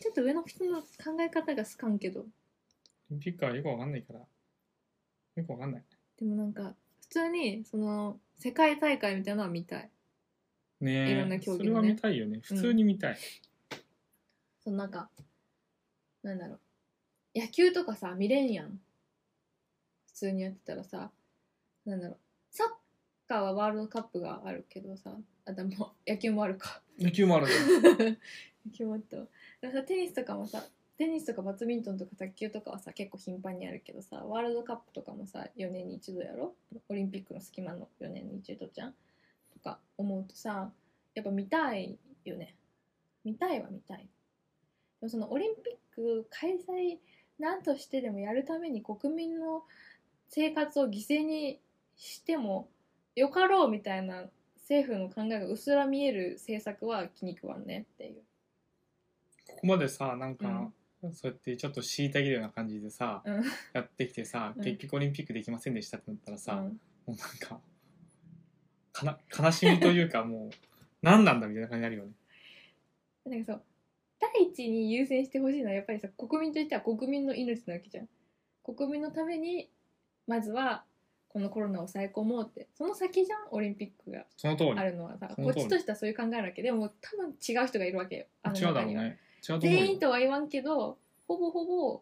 ちょっと上の人の考え方が好かんけど
オリンピックはよくわかんないから。よくわかんない。
でもなんか普通にその世界大会みたいなのは見たい
ねえ。
いろんな競技
それ
のね
は見たいよね。普通に見たい。
そのなんかなんだろう野球とかさ見れんやん普通にやってたらさなんだろうサッカーはワールドカップがあるけどさあでも野球もあるか
野球もあるじゃん。
野 球もあったわでもさテニスとかもさテニスとかバドミントンとか卓球とかはさ結構頻繁にあるけどさワールドカップとかもさ4年に一度やろオリンピックの隙間の4年に一度じゃんとか思うとさやっぱ見たいよね見たいは見たいでもそのオリンピック開催なんとしてでもやるために国民の生活を犠牲にしてもよかろうみたいな政府の考えがうすら見える政策は気に食わんねっていう。
ここまでさ、なんか、そうやってちょっと虐げるような感じでさ、
うん
やってきてさ、
うん
結局オリンピックできませんでしたってなったらさ、
う
も
ん
うなんか、かな悲しみというか、もう、何なんだみたいな感じになるよね。
なんかそう第一に優先してほしいのはやっぱりさ国民としては国民の命なわけじゃん国民のためにまずはこのコロナを抑え込もうってその先じゃんオリンピックが
その通り。
あるのはさ
そ
こ
の
っ
通り
ちとしてはそういう考えなわけでも多分違う人がいるわけよあの
違うだ
中
ろう
には、
ね。違うと思う
全
よ
員。とは言わんけどほぼほぼ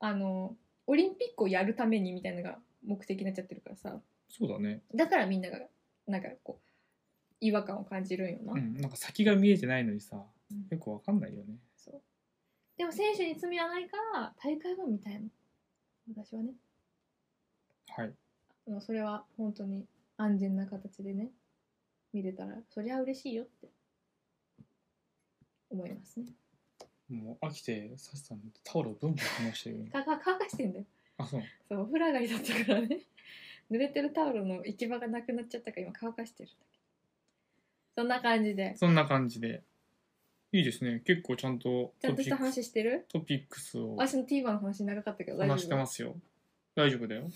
あのオリンピックをやるためにみたいなのが目的になっちゃってるからさ
そうだね。
だからみんながなんかこう違和感を感じるんよな、
うん。なんか先が見えてないのにさ
うん、
よくわかんないよね。
そうでも選手に罪はないから大会はみたいな私はね
はい。
あのそれは本当に安全な形でね見れたらそりゃ嬉しいよって思いますね
もう飽きて、サシさんタオルをブンブン話してるよね。
かか乾かしてんだよ
あ、そう。
そうお風呂上がりだったからね 濡れてるタオルの行き場がなくなっちゃったから今乾かしてるだけそんな感じで
そんな感じで。いいですね。結構ちゃんと
ちゃんと
ピ
した
ックス
話してる
トピックスを
私の TVer の話長かったけど大丈
話して
夫
ますよ。大丈夫だよ。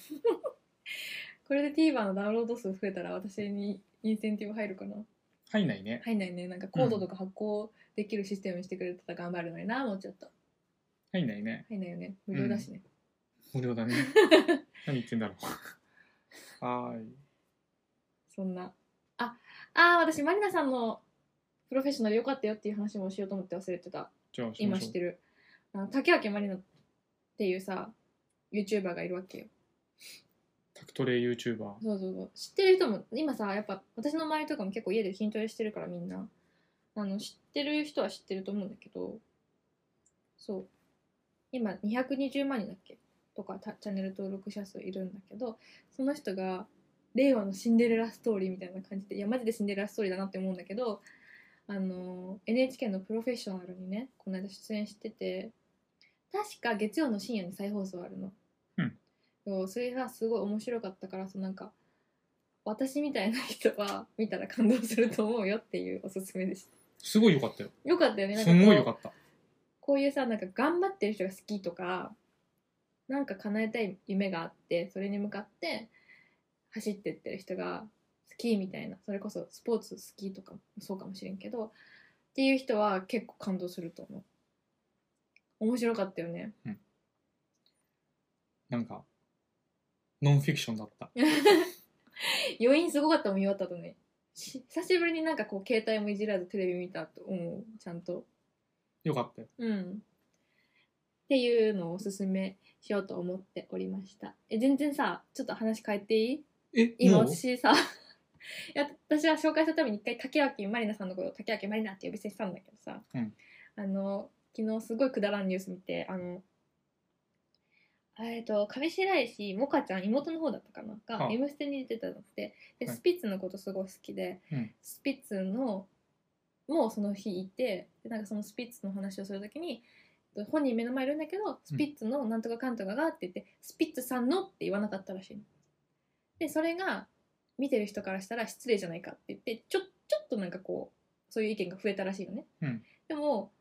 これで TVer のダウンロード数増えたら私にインセンティブ入るかな
入んないね。
入んないねなんかコードとか発行できるシステムにしてくれたら頑張るのにな、もうちょっと
入んないね。
入んないよね無料だしね、
無料だ ね。何言ってんだろう。はーい。
そんなああー私マリナさんのプロフェッショナル良かったよっていう話もしようと思って忘れてた
じゃあ、
今知って
る。
るあの竹脇まりなっていうさ YouTuber がいるわけよ
タクトレ YouTuber。
そうそうそう知ってる人も今さやっぱ私の周りとかも結構家で筋トレしてるからみんなあの知ってる人は知ってると思うんだけどそう今220万人だっけとかたチャンネル登録者数いるんだけどその人が令和のシンデレラストーリーみたいな感じでいやマジでシンデレラストーリーだなって思うんだけどあの NHK の「プロフェッショナル」にねこの間出演してて確か月曜の深夜に再放送あるの。そうそれがすごい面白かったからそのなんか私みたいな人は見たら感動すると思うよっていうおすすめでし
すごい良かったよ。
たよかったよねなん
す
かこう
ごい良かった。
こういうさなんか頑張ってる人が好きとかなんか叶えたい夢があってそれに向かって走ってってる人が好きみたいなそれこそスポーツ好きとかもそうかもしれんけどっていう人は結構感動すると思う面白かったよね
なんか、ノンフィクションだった。
余韻すごかったもん見終わった後にし久しぶりになんかこう携帯もいじらずテレビ見たと思うちゃんと
良かったよ。
うんっていうのをおすすめしようと思っておりましたえ全然さちょっと話変えていい
え、
今
もう
私 さいや私は紹介するために一回竹脇まりなさんのことを竹脇まりなって呼び捨てしたんだけどさ、
うん
あの昨日すごいくだらんニュース見てあのえっと上白石萌歌ちゃん妹の方だったかなが
は
「
あ
M ステ」に出てたのってで
はい
スピッツのことすごい好きで、
うん
スピッツのもうその日いてでなんかそのスピッツの話をするときにえっと本人目の前いるんだけどスピッツのなんとかかんとかがって言って、スピッツさんのって言わなかったらしいのでそれが見てる人からしたら失礼じゃないかって言ってちょちょっとなんかこうそういう意見が増えたらしいのね、
うん
でも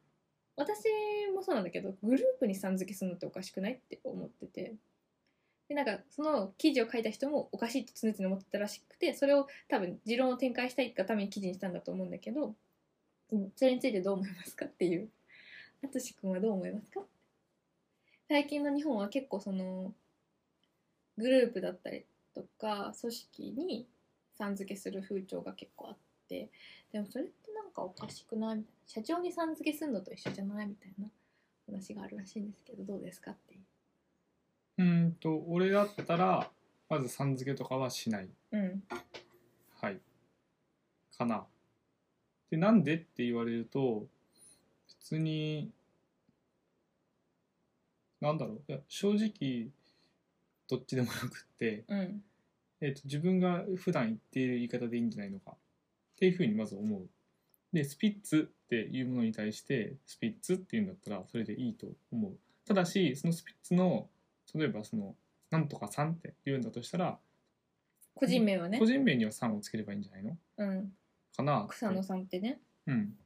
私もそうなんだけどグループにさん付けするのっておかしくないって思っててでなんかその記事を書いた人もおかしいって常々思ってたらしくてそれを多分持論を展開したいがために記事にしたんだと思うんだけど、うんそれについてどう思いますかっていう淳君はどう思いますか最近の日本は結構そのグループだったりとか組織にさん付けする風潮が結構あってでもそれってなんかおかしくないみたいな社長にさん付けするのと一緒じゃないみたいな話があるらしいんですけどどうですかっていう
うーんと俺だったらまずさん付けとかはしない
うん
はいかなでなんでって言われると別になんだろういや正直どっちでもよくって、
うん
えっと自分が普段言っている言い方でいいんじゃないのかっていうふうにまず思うでスピッツっていうものに対してスピッツっていうんだったらそれでいいと思うただしそのスピッツの例えばその「なんとかさん」って言うんだとしたら
個人名はね
個、人名には「さん」をつければいいんじゃないの
うん、
かなって
草野さんってね
うん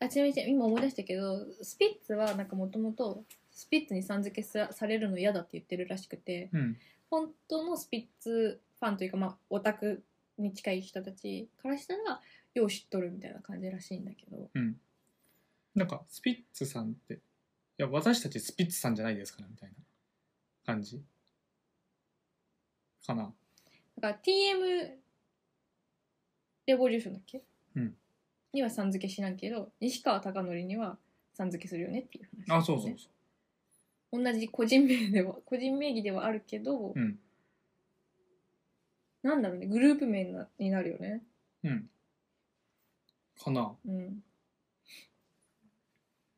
あちなみに今思い出したけどスピッツはなんかもともとスピッツにさん付けさされるの嫌だって言ってるらしくて、
うん
本当のスピッツファンというか、まあ、オタクに近い人たちからしたらよう知っとるみたいな感じらしいんだけど
うん。なんか、スピッツさんって、いや、私たちスピッツさんじゃないですから、みたいな感じかな。
だから TM レボリューションだっけ、
うん
にはさん付けしないけど西川貴教にはさん付けするよねっていう話、
あ、そうそうそ
同じ個人名では個人名義ではあるけ
う。
ど、
うん。
なんだろうねグループ名になになるよね
うん。かな。
うん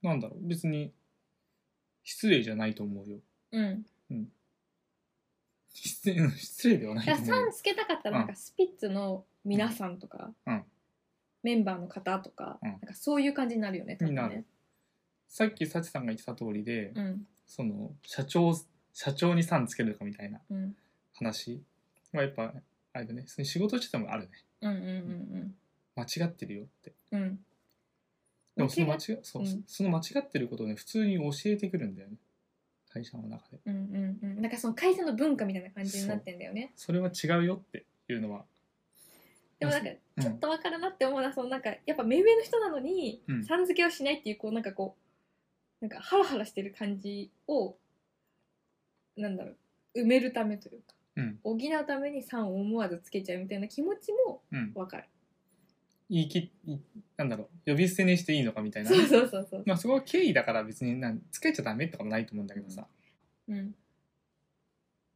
なんだろう。別に、失礼じゃないと思うよ。
うん
失礼、失礼ではないと
だから
思うよ
さんつけたかったらなんかスピッツの皆さんとか、
うん
メンバーの方とか,、
うん
なんかそういう感じになるよね多分
にな
ね
る。さっき、サチさんが言ってた通りで、
うん
その、社長、社長にさんつけるかみたいな
うん
話はやっぱ、あれだね。その仕事しててもあるね。
うんうん
間違ってるよって。
うんうん
でもその間
間
違
違
そう、
うん
その間違ってることをね普通に教えてくるんだよね会社の中で
うんうんうんなんかその会社の文化みたいな感じになってんだよね
それは違うよっていうのは
でもなんか
うん
ちょっとわからなって思うのはそのなんかやっぱ目上の人なのに、
うん
さん付けをしないっていうこうなんかこうなんかハラハラしてる感じをなんだろう埋めるためというか
うん
補うためにさんを思わずつけちゃうみたいな気持ちも
うん
わかる、
言い切いなんだろう呼び捨てにしていいのかみたいな
そうそうそうそう
まあそこは敬意だから別になんつけちゃダメとかもないと思うんだけどさ
うん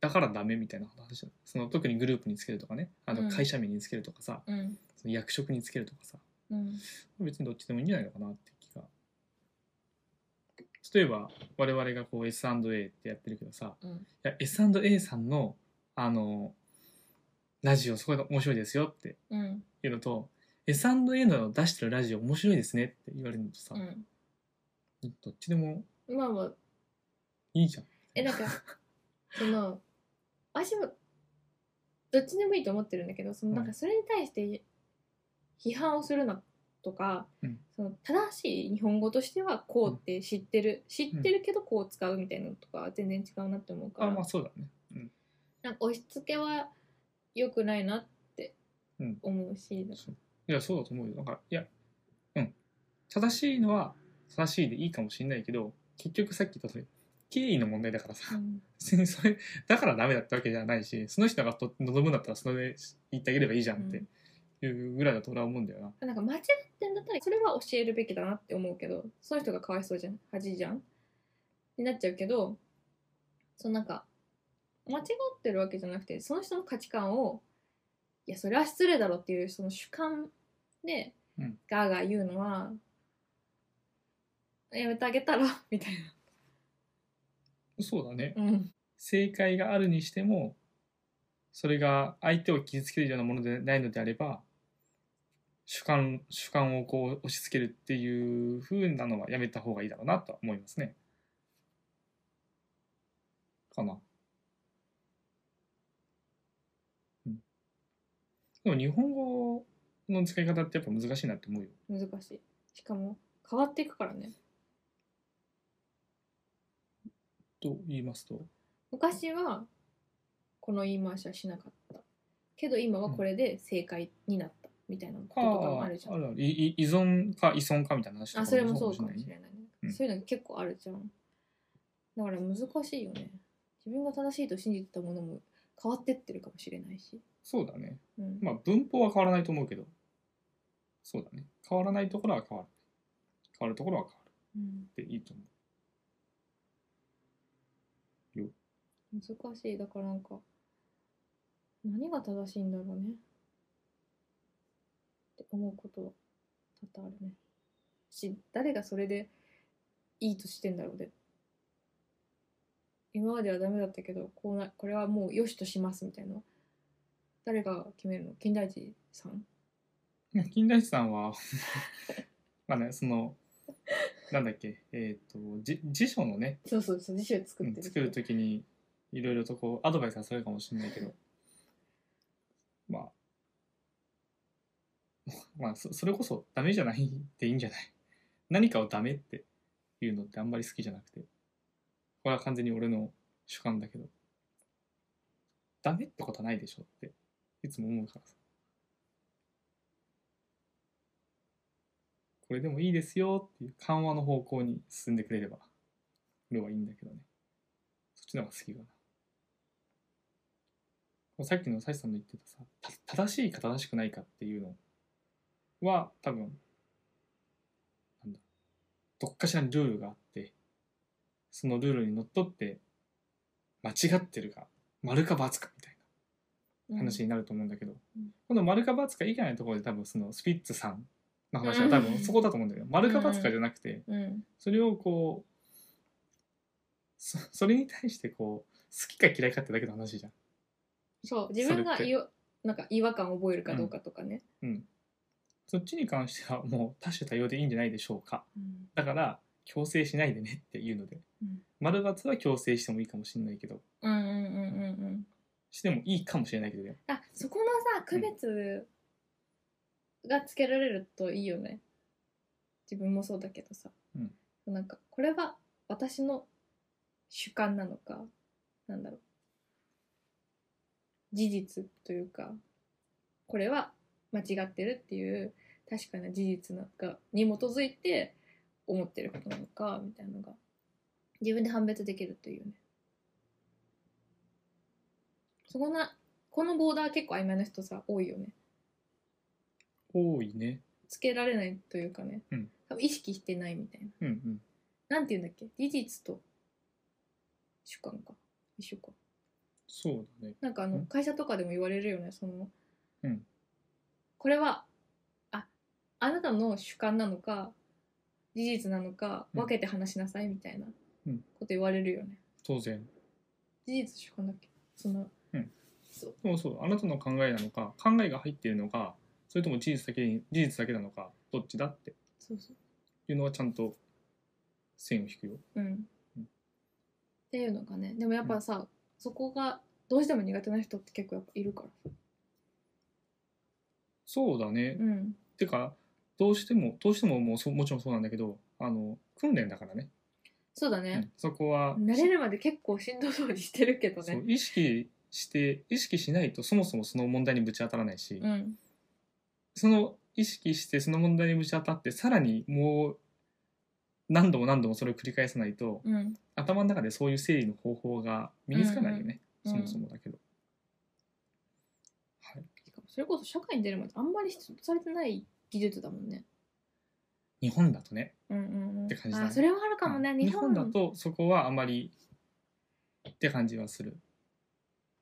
だからダメみたいな話だその特にグループにつけるとかねあ
うん
の会社名につけるとかさ、
うん
その役職につけるとかさ
うん
別にどっちでもいいんじゃないのかなって気が例えば我々がこう S&A ってやってるけどさ、
うん
いや S&A さんのあのラジオすごい面白いですよって
うん
いうのと S&A の出してるラジオ面白いですねって言われるのとさ、
うん
どっちでも
まあまあ
いいじゃん
えなん かその私もどっちでもいいと思ってるんだけどその
うん
なんかそれに対して批判をするなとか、
うん
その正しい日本語としてはこうって知ってる、知ってるけどこう使うみたいなのとかは全然違うなって思うから、
あまあそうだね
なんか押し付けは良くないなって思うし、
いやそうだと思うよなんかいやうん正しいのは正しいでいいかもしれないけど結局さっき言った通り敬意の問題だからさ、
うん
別 にそれだからダメだったわけじゃないしその人がと望むんだったらその上言ってあげればいいじゃんっていうぐらいだと俺は思うんだよな、
なんか間違ってんだったらそれは教えるべきだなって思うけどその人がかわいそうじゃん恥じゃんになっちゃうけどそのなんか間違ってるわけじゃなくてその人の価値観をいやそれは失礼だろっていうその主観で
うん
ガーガー言うのは、やめてあげたらみたい
そうだね。
な。うん。
正解があるにしても、それが相手を傷つけるようなものでないのであれば、主観、主観をこう押し付けるっていう風なのはやめた方がいいだろうなとは思いますね。かな。うん。でも日本語の使い方ってやっぱ難しいなって思うよ。
難しい。しかも、変わっていくからね。
と言いますと。
昔は、この言い回しはしなかった。けど今はこれで正解になった。みたいなこととかもあるじゃん。
あるあるいい依存か依存かみたいな話とか
あそれもそうかもし
ない
れない、
うん
そういうの結構あるじゃんだから難しいよね自分が正しいと信じてたものも変わってってるかもしれないし、
そうだね。
うん
まあ文法は変わらないと思うけど、そうだね。変わらないところは変わる。変わるところは変わ
うん
るっていいと思
難しいだからなんか何が正しいんだろうねって思うことは多々あるねし誰がそれでいいとしてんだろうで今まではダメだったけどこうなこれはもう良しとしますみたいな誰が決めるの金田一さん
う。 ね金田一さんは、まあね、その、なんだっけ、えっ、と、じ辞書のね、
そうそうそう辞書作
う
っ
ん
てる
作るときに、いろいろとこう、アドバイスはされるかもしれないけ ど、まあ、 まあそ、それこそダメじゃない っていいんじゃない何かをダメっていうのってあんまり好きじゃなくて。これは完全に俺の主観だけど。ダメってことはないでしょって、いつも思うからさ。これでもいいですよっていう緩和の方向に進んでくれれば、俺はいいんだけどね。そっちの方が好きかな。こうさっきのサイさんの言ってたさ、た正しいか正しくないかっていうのは、多分、なんだ、どっかしらにルールがあって、そのルールにのっとって、間違ってるか、丸か×かみたいな話になると思うんだけど、
うん
この丸か×か以外のところで多分そのスピッツさんの話は多分そこだと思うんだけど、丸か×かじゃなくて、
うん
それをこうそ それに対してこう好きか嫌いかってだけの話じゃん
そう自分が
それって
いおなんか違和感を覚えるかどうかとかね、
そっちに関してはもう多種多様でいいんじゃないでしょうか
うん
だから強制しないでねっていうので
うん
丸×は強制してもいいかもしれないけど
うんうんうんうんうん
してもいいかもしれないけどね
あそこのさ区別がつけられるといいよね自分もそうだけどさ、
うん
なんかこれは私の主観なのかなんだろう事実というかこれは間違ってるっていう確かな事実なんかに基づいて思ってることなのかみたいなのが自分で判別できるというねそこなこのボーダー結構曖昧な人さ多いよね
多いね
つけられないというかね、
うん
多分意識してないみたいな
うんうん
なんて言うんだっけ事実と主観か一緒か
そうだね
なんかあの
うん
会社とかでも言われるよねその、
うん
これはああなたの主観なのか事実なのか
うん
分けて話しなさいみたいな
うん
こと言われるよね、
当然
事実主観だっけその、
うん
そう
そうそうあなたの考えなのか考えが入っているのかそれとも事実だけに事実だけなのかどっちだって
そうそう
いうのはちゃんと線を引くよ
うん
うん
っていうのがねでもやっぱさ、そこがどうしても苦手な人って結構やっぱいるから
そうだね、
うん
てかどうしてもどうしてももうそもちろんそうなんだけどあの訓練だからね、
そうだ
う
ね
ん、そこは、
慣れるまで結構しんどそうにしてるけど
そう
ね
意識して意識しないとそもそもその問題にぶち当たらないし、
うん
その意識してその問題にぶち当たってさらにもう何度も何度もそれを繰り返さないと、
うん
頭の中でそういう整理の方法が身につかないよね、
うんうん
そ
うん
もそもだけど、はい、
しかもそれこそ社会に出るまであんまり必要とされてない技術だもんね
日本だとね
うんうんうん
って感じだね
あそれはあるかもね、
うん
日本
だとそこはあまりって感じはする、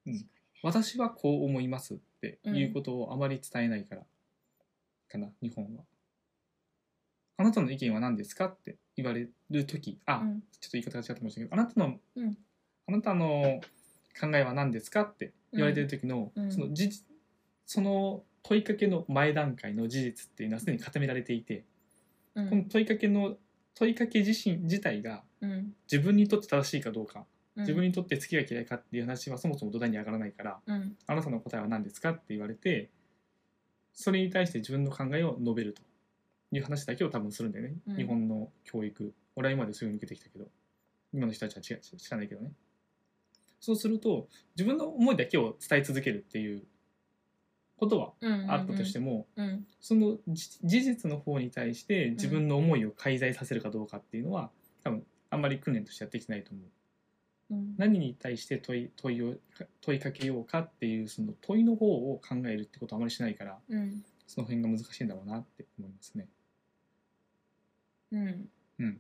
うん
確か
私はこう思いますっていうことをあまり伝えないからかな、日本はあなたの意見は何ですかって言われる時あ、
うん
ちょっと言い方が違ったかもしれないけどあなたの、
うん
あなたの考えは何ですかって言われてる時の、
うんうん
その事実その問いかけの前段階の事実っていうのはすでに固められていて、
うん
この問いかけの問いかけ自身自体が
うん
自分にとって正しいかどうか、
うん
自分にとって好きが嫌いかっていう話はそもそも土台に上がらないから
うん
あなたの答えは何ですかって言われてそれに対して自分の考えを述べるという話だけを多分するんだよね、
うん
日本の教育俺は今までそういうの受けてきたけど今の人たちは違う知らないけどねそうすると自分の思いだけを伝え続けるっていうことは
うん
あったとしても、
うん
そのじ事実の方に対して自分の思いを介在させるかどうかっていうのは、多分あんまり訓練としてやってきてないと思う
うん
何に対して問い問いを問いかけようかっていうその問いの方を考えるってことはあまりしないから
うん
その辺が難しいんだろうなって思いますね。
うん
うん、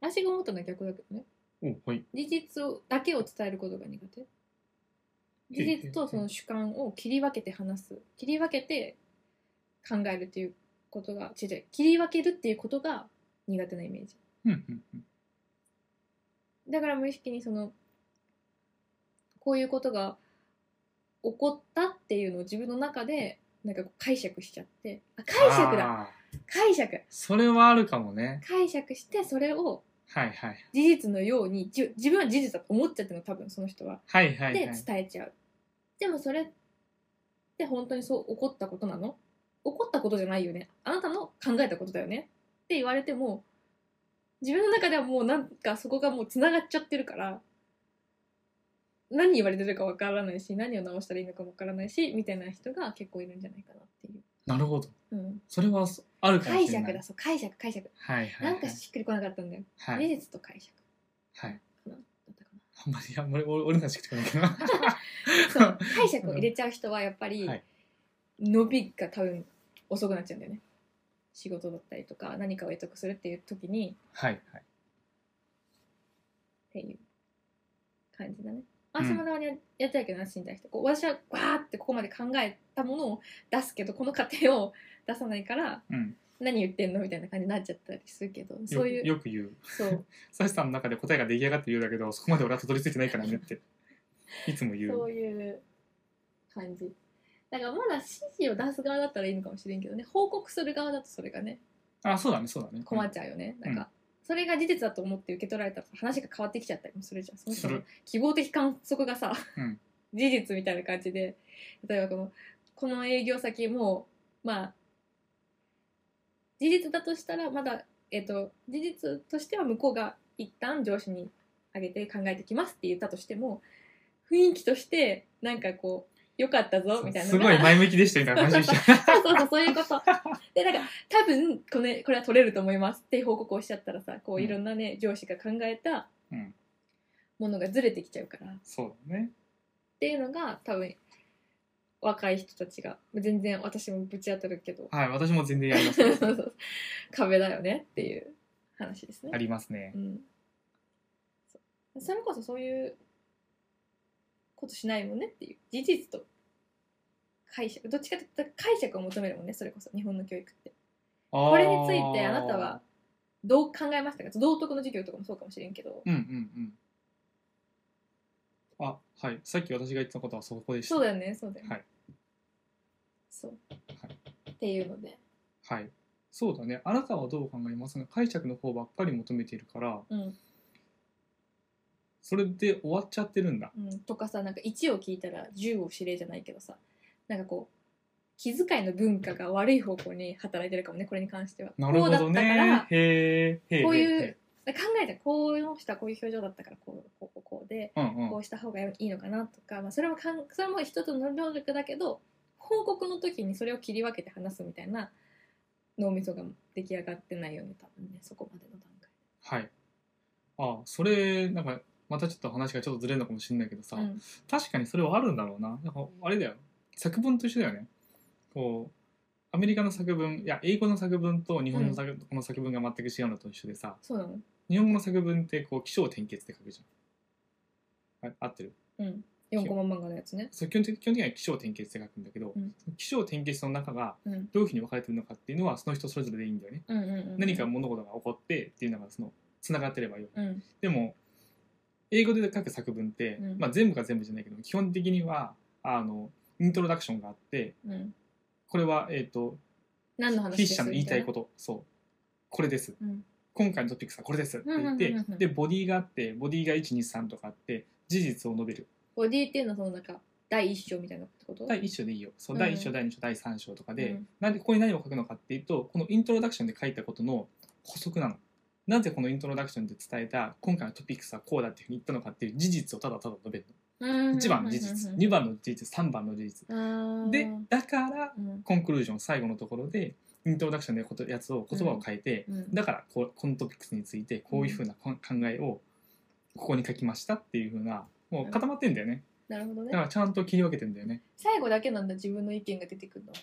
私が思ったのは逆だけどね
おはい
事実をだけを伝えることが苦手事実とその主観を切り分けて話す切り分けて考えるっていうことが違う違う切り分けるっていうことが苦手なイメージ
うんうんうん
だから無意識にそのこういうことが起こったっていうのを自分の中でなんかこう解釈しちゃってあ解釈だ
あー
解釈
それはあるかもね。
解釈してそれを
はいはい
事実のようにじゅ自分は事実だと思っちゃってるの多分その人は
はいはい、
で
はい。
伝えちゃうでもそれって本当にそう起こったことなの起こったことじゃないよねあなたの考えたことだよねって言われても自分の中ではもうなんかそこがもうつながっちゃってるから何言われてるかわからないし何を直したらいいのかもわからないしみたいな人が結構いるんじゃないかなっていう、
なるほど。
うん、
それはそあるかも
解
しれな
釈
い。
だそう解釈解釈
はいはい、は。
ないんかしっくりこなかったんだよ、
はい、
事実と解釈
はい。
だったか
あ
な
んまりあんまり俺俺の話聞こえないけどな。
そう解釈を入れちゃう人はやっぱり
はい
伸びが多分遅くなっちゃうんだよね仕事だったりとか何かを得得するっていう時に
はいはい。
っていう感じだね
うん
私もたまにややってたけどな死に対してこう私はわーってここまで考えたものを出すけどこの過程を出さないから
うん。
何言ってんのみたいな感じになっちゃったりするけど
よ
そういう
よく言う。
そう
サシさんの中で答えが出来上がってるようだけどそこまで俺はたどり着いてないからねっていつも言う
そういう感じだからまだ指示を出す側だったらいいのかもしれんけどね報告する側だとそれがね
あそうだねそうだね
困っ
ゃ
ちゃうよね、
うん
なんかそれが事実だと思って受け取られたら話が変わってきちゃったりもするじゃんその人
す
の
る
希望的観測がさ、
うん
事実みたいな感じで例えばこのこの営業先もまあ事実だとしたらまだ、えっと事実としては向こうが一旦上司に上げて考えてきますって言ったとしても雰囲気としてなんかこう良かったぞみたいな
す
のが
ごい前向きでしたみたいな話 でし
そうそうそう、そういうこと。で、なんか、多分これ、これは取れると思いますって報告をしちゃったらさ、こ
う
う、
ん
いろんなね、上司が考えた
うん
ものがずれてきちゃうから、った
そうだね
ていうのが、多分若い人たちが、全然私もぶち当たるけど、
はい私も全然やります
そうそうそう壁だよねっていう話ですね
あ。りますね
うん。そうそれこそそういうことしないもんねっていう、事実と解釈、どっちかというと解釈を求めるもんね、それこそ、日本の教育って。
こ
これについてあなたはどう考えましたか道徳の授業とかもそうかもしれんけど
うんうんうんあはいさっき私が言ってたことはそこでした
そうだよねそうだよね、
はい
そう、
はい
っていうので
はいそうだねあなたはどう考えますか解釈の方ばっかり求めているから
うん、
それで終わっちゃってるんだ
うん、とかさなんか1を聞いたら10を知れじゃないけどさなんかこう気遣いの文化が悪い方向に働いてるかもねこれに関しては
なるほど
こうだったか
ね
ら
へえへえ
こういう
へえ
で考えたらこうしたこういう表情だったからこうこうこうこうで
うんうん
こうした方がいいのかなとか、まあ、それもかんそれも一つの能力だけど報告の時にそれを切り分けて話すみたいな脳みそが出来上がってないよね多分ねそこまでの段階
はい。ああ、それ、なんか、またちょっと話がちょっとずれるのかもしれないけどさ、
うん
確かにそれはあるんだろうな。なんか、あれだよ。作文と一緒だよね。こう、アメリカの作文、いや、英語の作文と日本の作,、この作文が全く違うのと一緒でさ、
そうなの
日本語の作文って、こう、起承転結って書くじゃん。あ合ってる
うんい4コマ漫画のやつね。
そう基本的基本的には起承転結って書くんだけど、
うん
起承転結の中が
うん。
どういうふうに分かれてるのかっていうのはその人それぞれでいいんだよね、
うんうんうん。
何か物事が起こってっていうのがその繋がってればよい、
うん。
でも英語で書く作文って、
うん
まあ、全部が全部じゃないけど基本的にはあのイントロダクションがあって
うん。
これは、えー、と
何の話。
筆者の言いたいこととそうこれです
うん。
今回のトピックスはこれですって言っ
うんうん
て
うんうん
でボディがあってボディが123とかあって事実を述べる
ボディっていうのはそのなんか第一章みたいなこと
第1章でいいよそう
うん
第1章第2章第3章とかで、
うん
なんでここに何を書くのかっていうとこのイントロダクションで書いたことの補足なのなぜこのイントロダクションで伝えた今回のトピックスはこうだっていうふうに言ったのかっていう事実をただただ述べるの1番の事実2番の事実3番の事実
番
でだから
うん
コンクルージョン最後のところでイントロダクションでことやつを言葉を変えて、
うん
だからこうこのトピックスについてこういうふうなこん考えをここに書きましたっていうふうなもう固まってんだよね
なるほど
だか
ね
らちゃんと切り分けてんだよね
最後だけなんだ自分の意見が出てくるのは、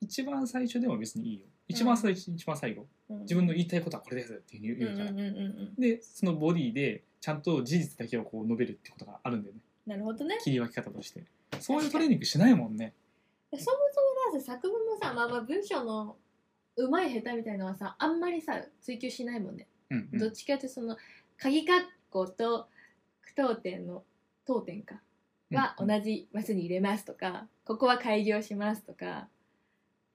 一番最初でも別にいいよ一番最初、一番最後
うん
自分の言いたいことはこれですっていうふうに言うから、
うんうんうんうん
でそのボディでちゃんと事実だけをこう述べるってことがあるんだよね
なるほどね
切り分け方としてそういうトレーニングしないもんね
そもそもだって作文もさまあまあ文章のうまい下手みたいのはさあんまりさ追求しないもんね、
うんうん
どっちかっていうとその鍵括弧と句読点の当点かは
う
同
ん
じマスに入れますとか、ここは開業しますとか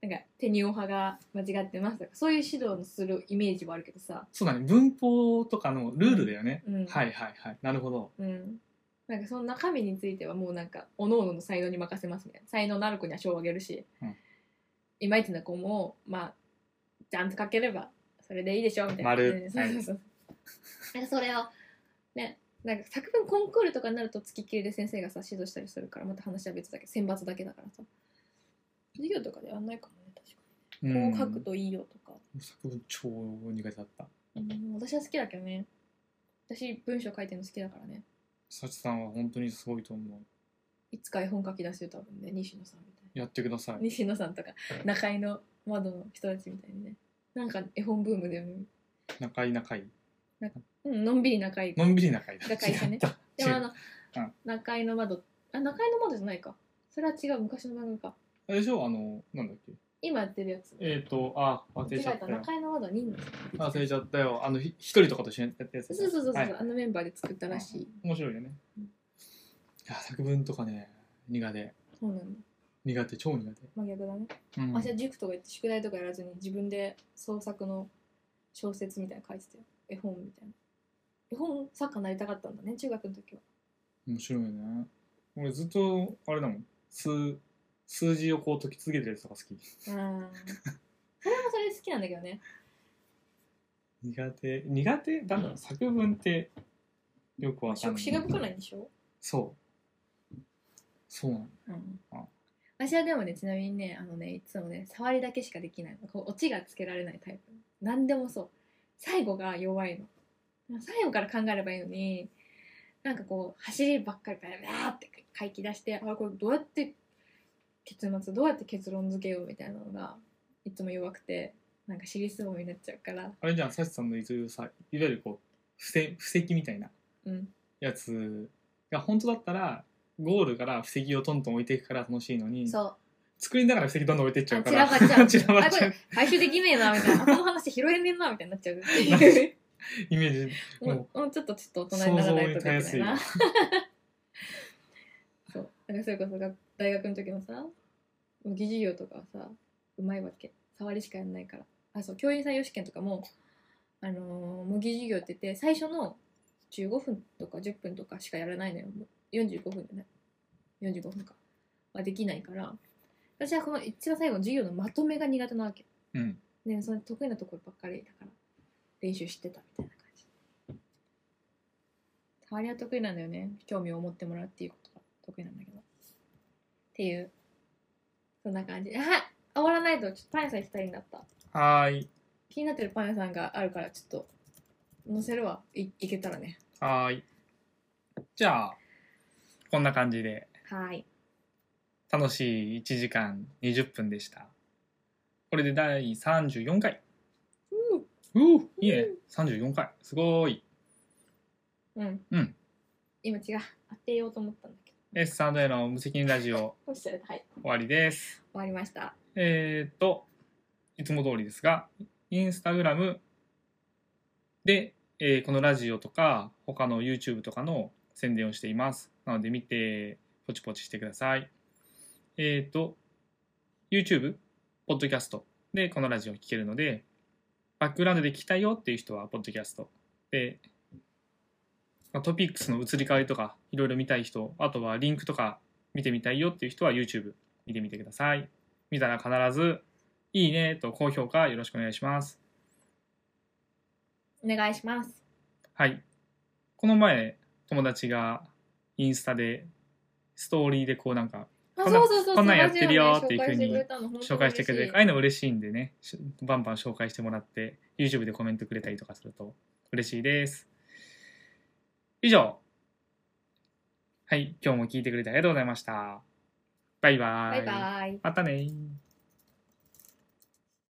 なんか手におはが間違ってますとかそういう指導のするイメージもあるけどさ、
そうだね文法とかのルールだよね、
うん
はいはいはいなるほど
うん、なんかその中身についてはもうなんかおのおのの才能に任せますみたいな才能のある子には賞をあげるし、
うん
いまいちな子もまあちゃんと書ければそれでいいでしょみたいな
丸
うんそうそうそうなんかそれをねなんか作文コンクールとかになると付きっきりで先生がさ指導したりするからまた話は別だけど選抜だけだからさ授業とかでやんないかもね確か
う
に、
ん
こう書くといいよとか、
作文超苦手だった
うん、私は好きだけどね私文章書いてるの好きだからね
幸さんは本当にすごいと思
いつか絵本書き出してる多分ね西野さんみたいな。
うやってください
西野さんとか中井の窓の人たちみたいにねなんか絵本ブームだよね、
仲いい仲いい
うん、のんびり中井
のんびり仲いいだ
仲いいしね
違った
でもあの、
うん
中井の窓あ中井の窓じゃないかそれは違う昔の番組か
あれでしょあのなんだっけ
今やってるやつ
えっ、ー、とあ忘
間
れ
違
ちゃ
え
ったたよ
中井の窓は人野さん
あ忘れちゃったよあのひ一人とかと一緒にやったやつ
そうそうそうそう、
はい
あのメンバーで作ったらしい
面白いよね
うん
いや作文とかね苦手
そうなんだ
苦手超苦
真逆だね、
手、うん、
私は塾とか行って宿題とかやらずに自分で創作の小説みたいなの書いてたよ絵本みたいな絵本作家になりたかったんだね中学の時は
面白いね俺ずっとあれだもん数数字をこう解き続けてるやつとか好き
うんそれもそれ好きなんだけどね
苦手苦手だろ作文ってよくわかん
触
ない
手が動かないんでしょ、
そうそうなの
うん
あ、
私はでもねちなみにねあのねいつもね触りだけしかできないのこうオチがつけられないタイプ何でもそう最後が弱いの最後から考えればいいのになんかこう走りばっかりバラバラって書き出してあこれどうやって結末どうやって結論付けようみたいなのがいつも弱くてなんか尻すぼみになっちゃうから
あれじゃんサチさんの言うさいわゆるこう布石布石みたいな
うん
やつが本当だったらゴールから布石をトントン置いていくから楽しいのに
そう
作りながら布石どんどん置いていっちゃうから
あ散らばっちゃう
散らばっちゃ
あ
う
回収できねえなみたいなあこの話拾えねえなみたいになっちゃうっていう
イメージ
もうもうちょっとちょっと大人にならないとできないな。そう。だからそれこそが大学の時のさ、模擬授業とかはさ、うまいわけ。触りしかやんないから。あ、そう、教員採用試験とかも、あのー模擬授業って言って、最初の15分とか10分とかしかやらないのよ。もう45分じゃない。45分か。はできないから、私はこの一番最後の授業のまとめが苦手なわけ。
うん
ね、その得意なところばっかりだから練習してたみたいな感じ触りは得意なんだよね興味を持ってもらうっていうことが得意なんだけどっていうそんな感じあ終わらないとちょっとパン屋さん行きたいんだった
はーい
気になってるパン屋さんがあるからちょっと載せるわいいけたらね
はーいじゃあこんな感じで
はーい
楽しい1時間20分でしたこれで第34回うういいね34回すごーい
うん
うん
今違う当てようと思ったんだけど
S さんの無責任ラジオ
おっしゃるはい終
終わりです。
わりました
えーっと、いつも通りですが、インスタグラムで、えーこのラジオとか、他の YouTube とかの宣伝をしています。なので見て、ポチポチしてください。えーっと、YouTube、ポッドキャストでこのラジオを聴けるので、バックグラウンドで聞きたいよっていう人は、ポッドキャストで、まあトピックスの移り変わりとか、いろいろ見たい人、あとはリンクとか見てみたいよっていう人は YouTube 見てみてください。見たら必ず、いいねと高評価よろしくお願いします。
お願いします
はい。この前、友達がインスタで、ストーリーでこうなんか
あ
こんな
そうそうそう
こんなんやってるよっていうふうに紹介
紹介
し
してて
く
く
れ
れ
て、ああ
た
いうの嬉しいんでね、しバンバン紹介してもらって、YouTube でコメントくれたりとかすると嬉しいです。以上。はい、今日も聞いてくれてありがとうございました。バイバ
バ
イ。
イバイ
またねー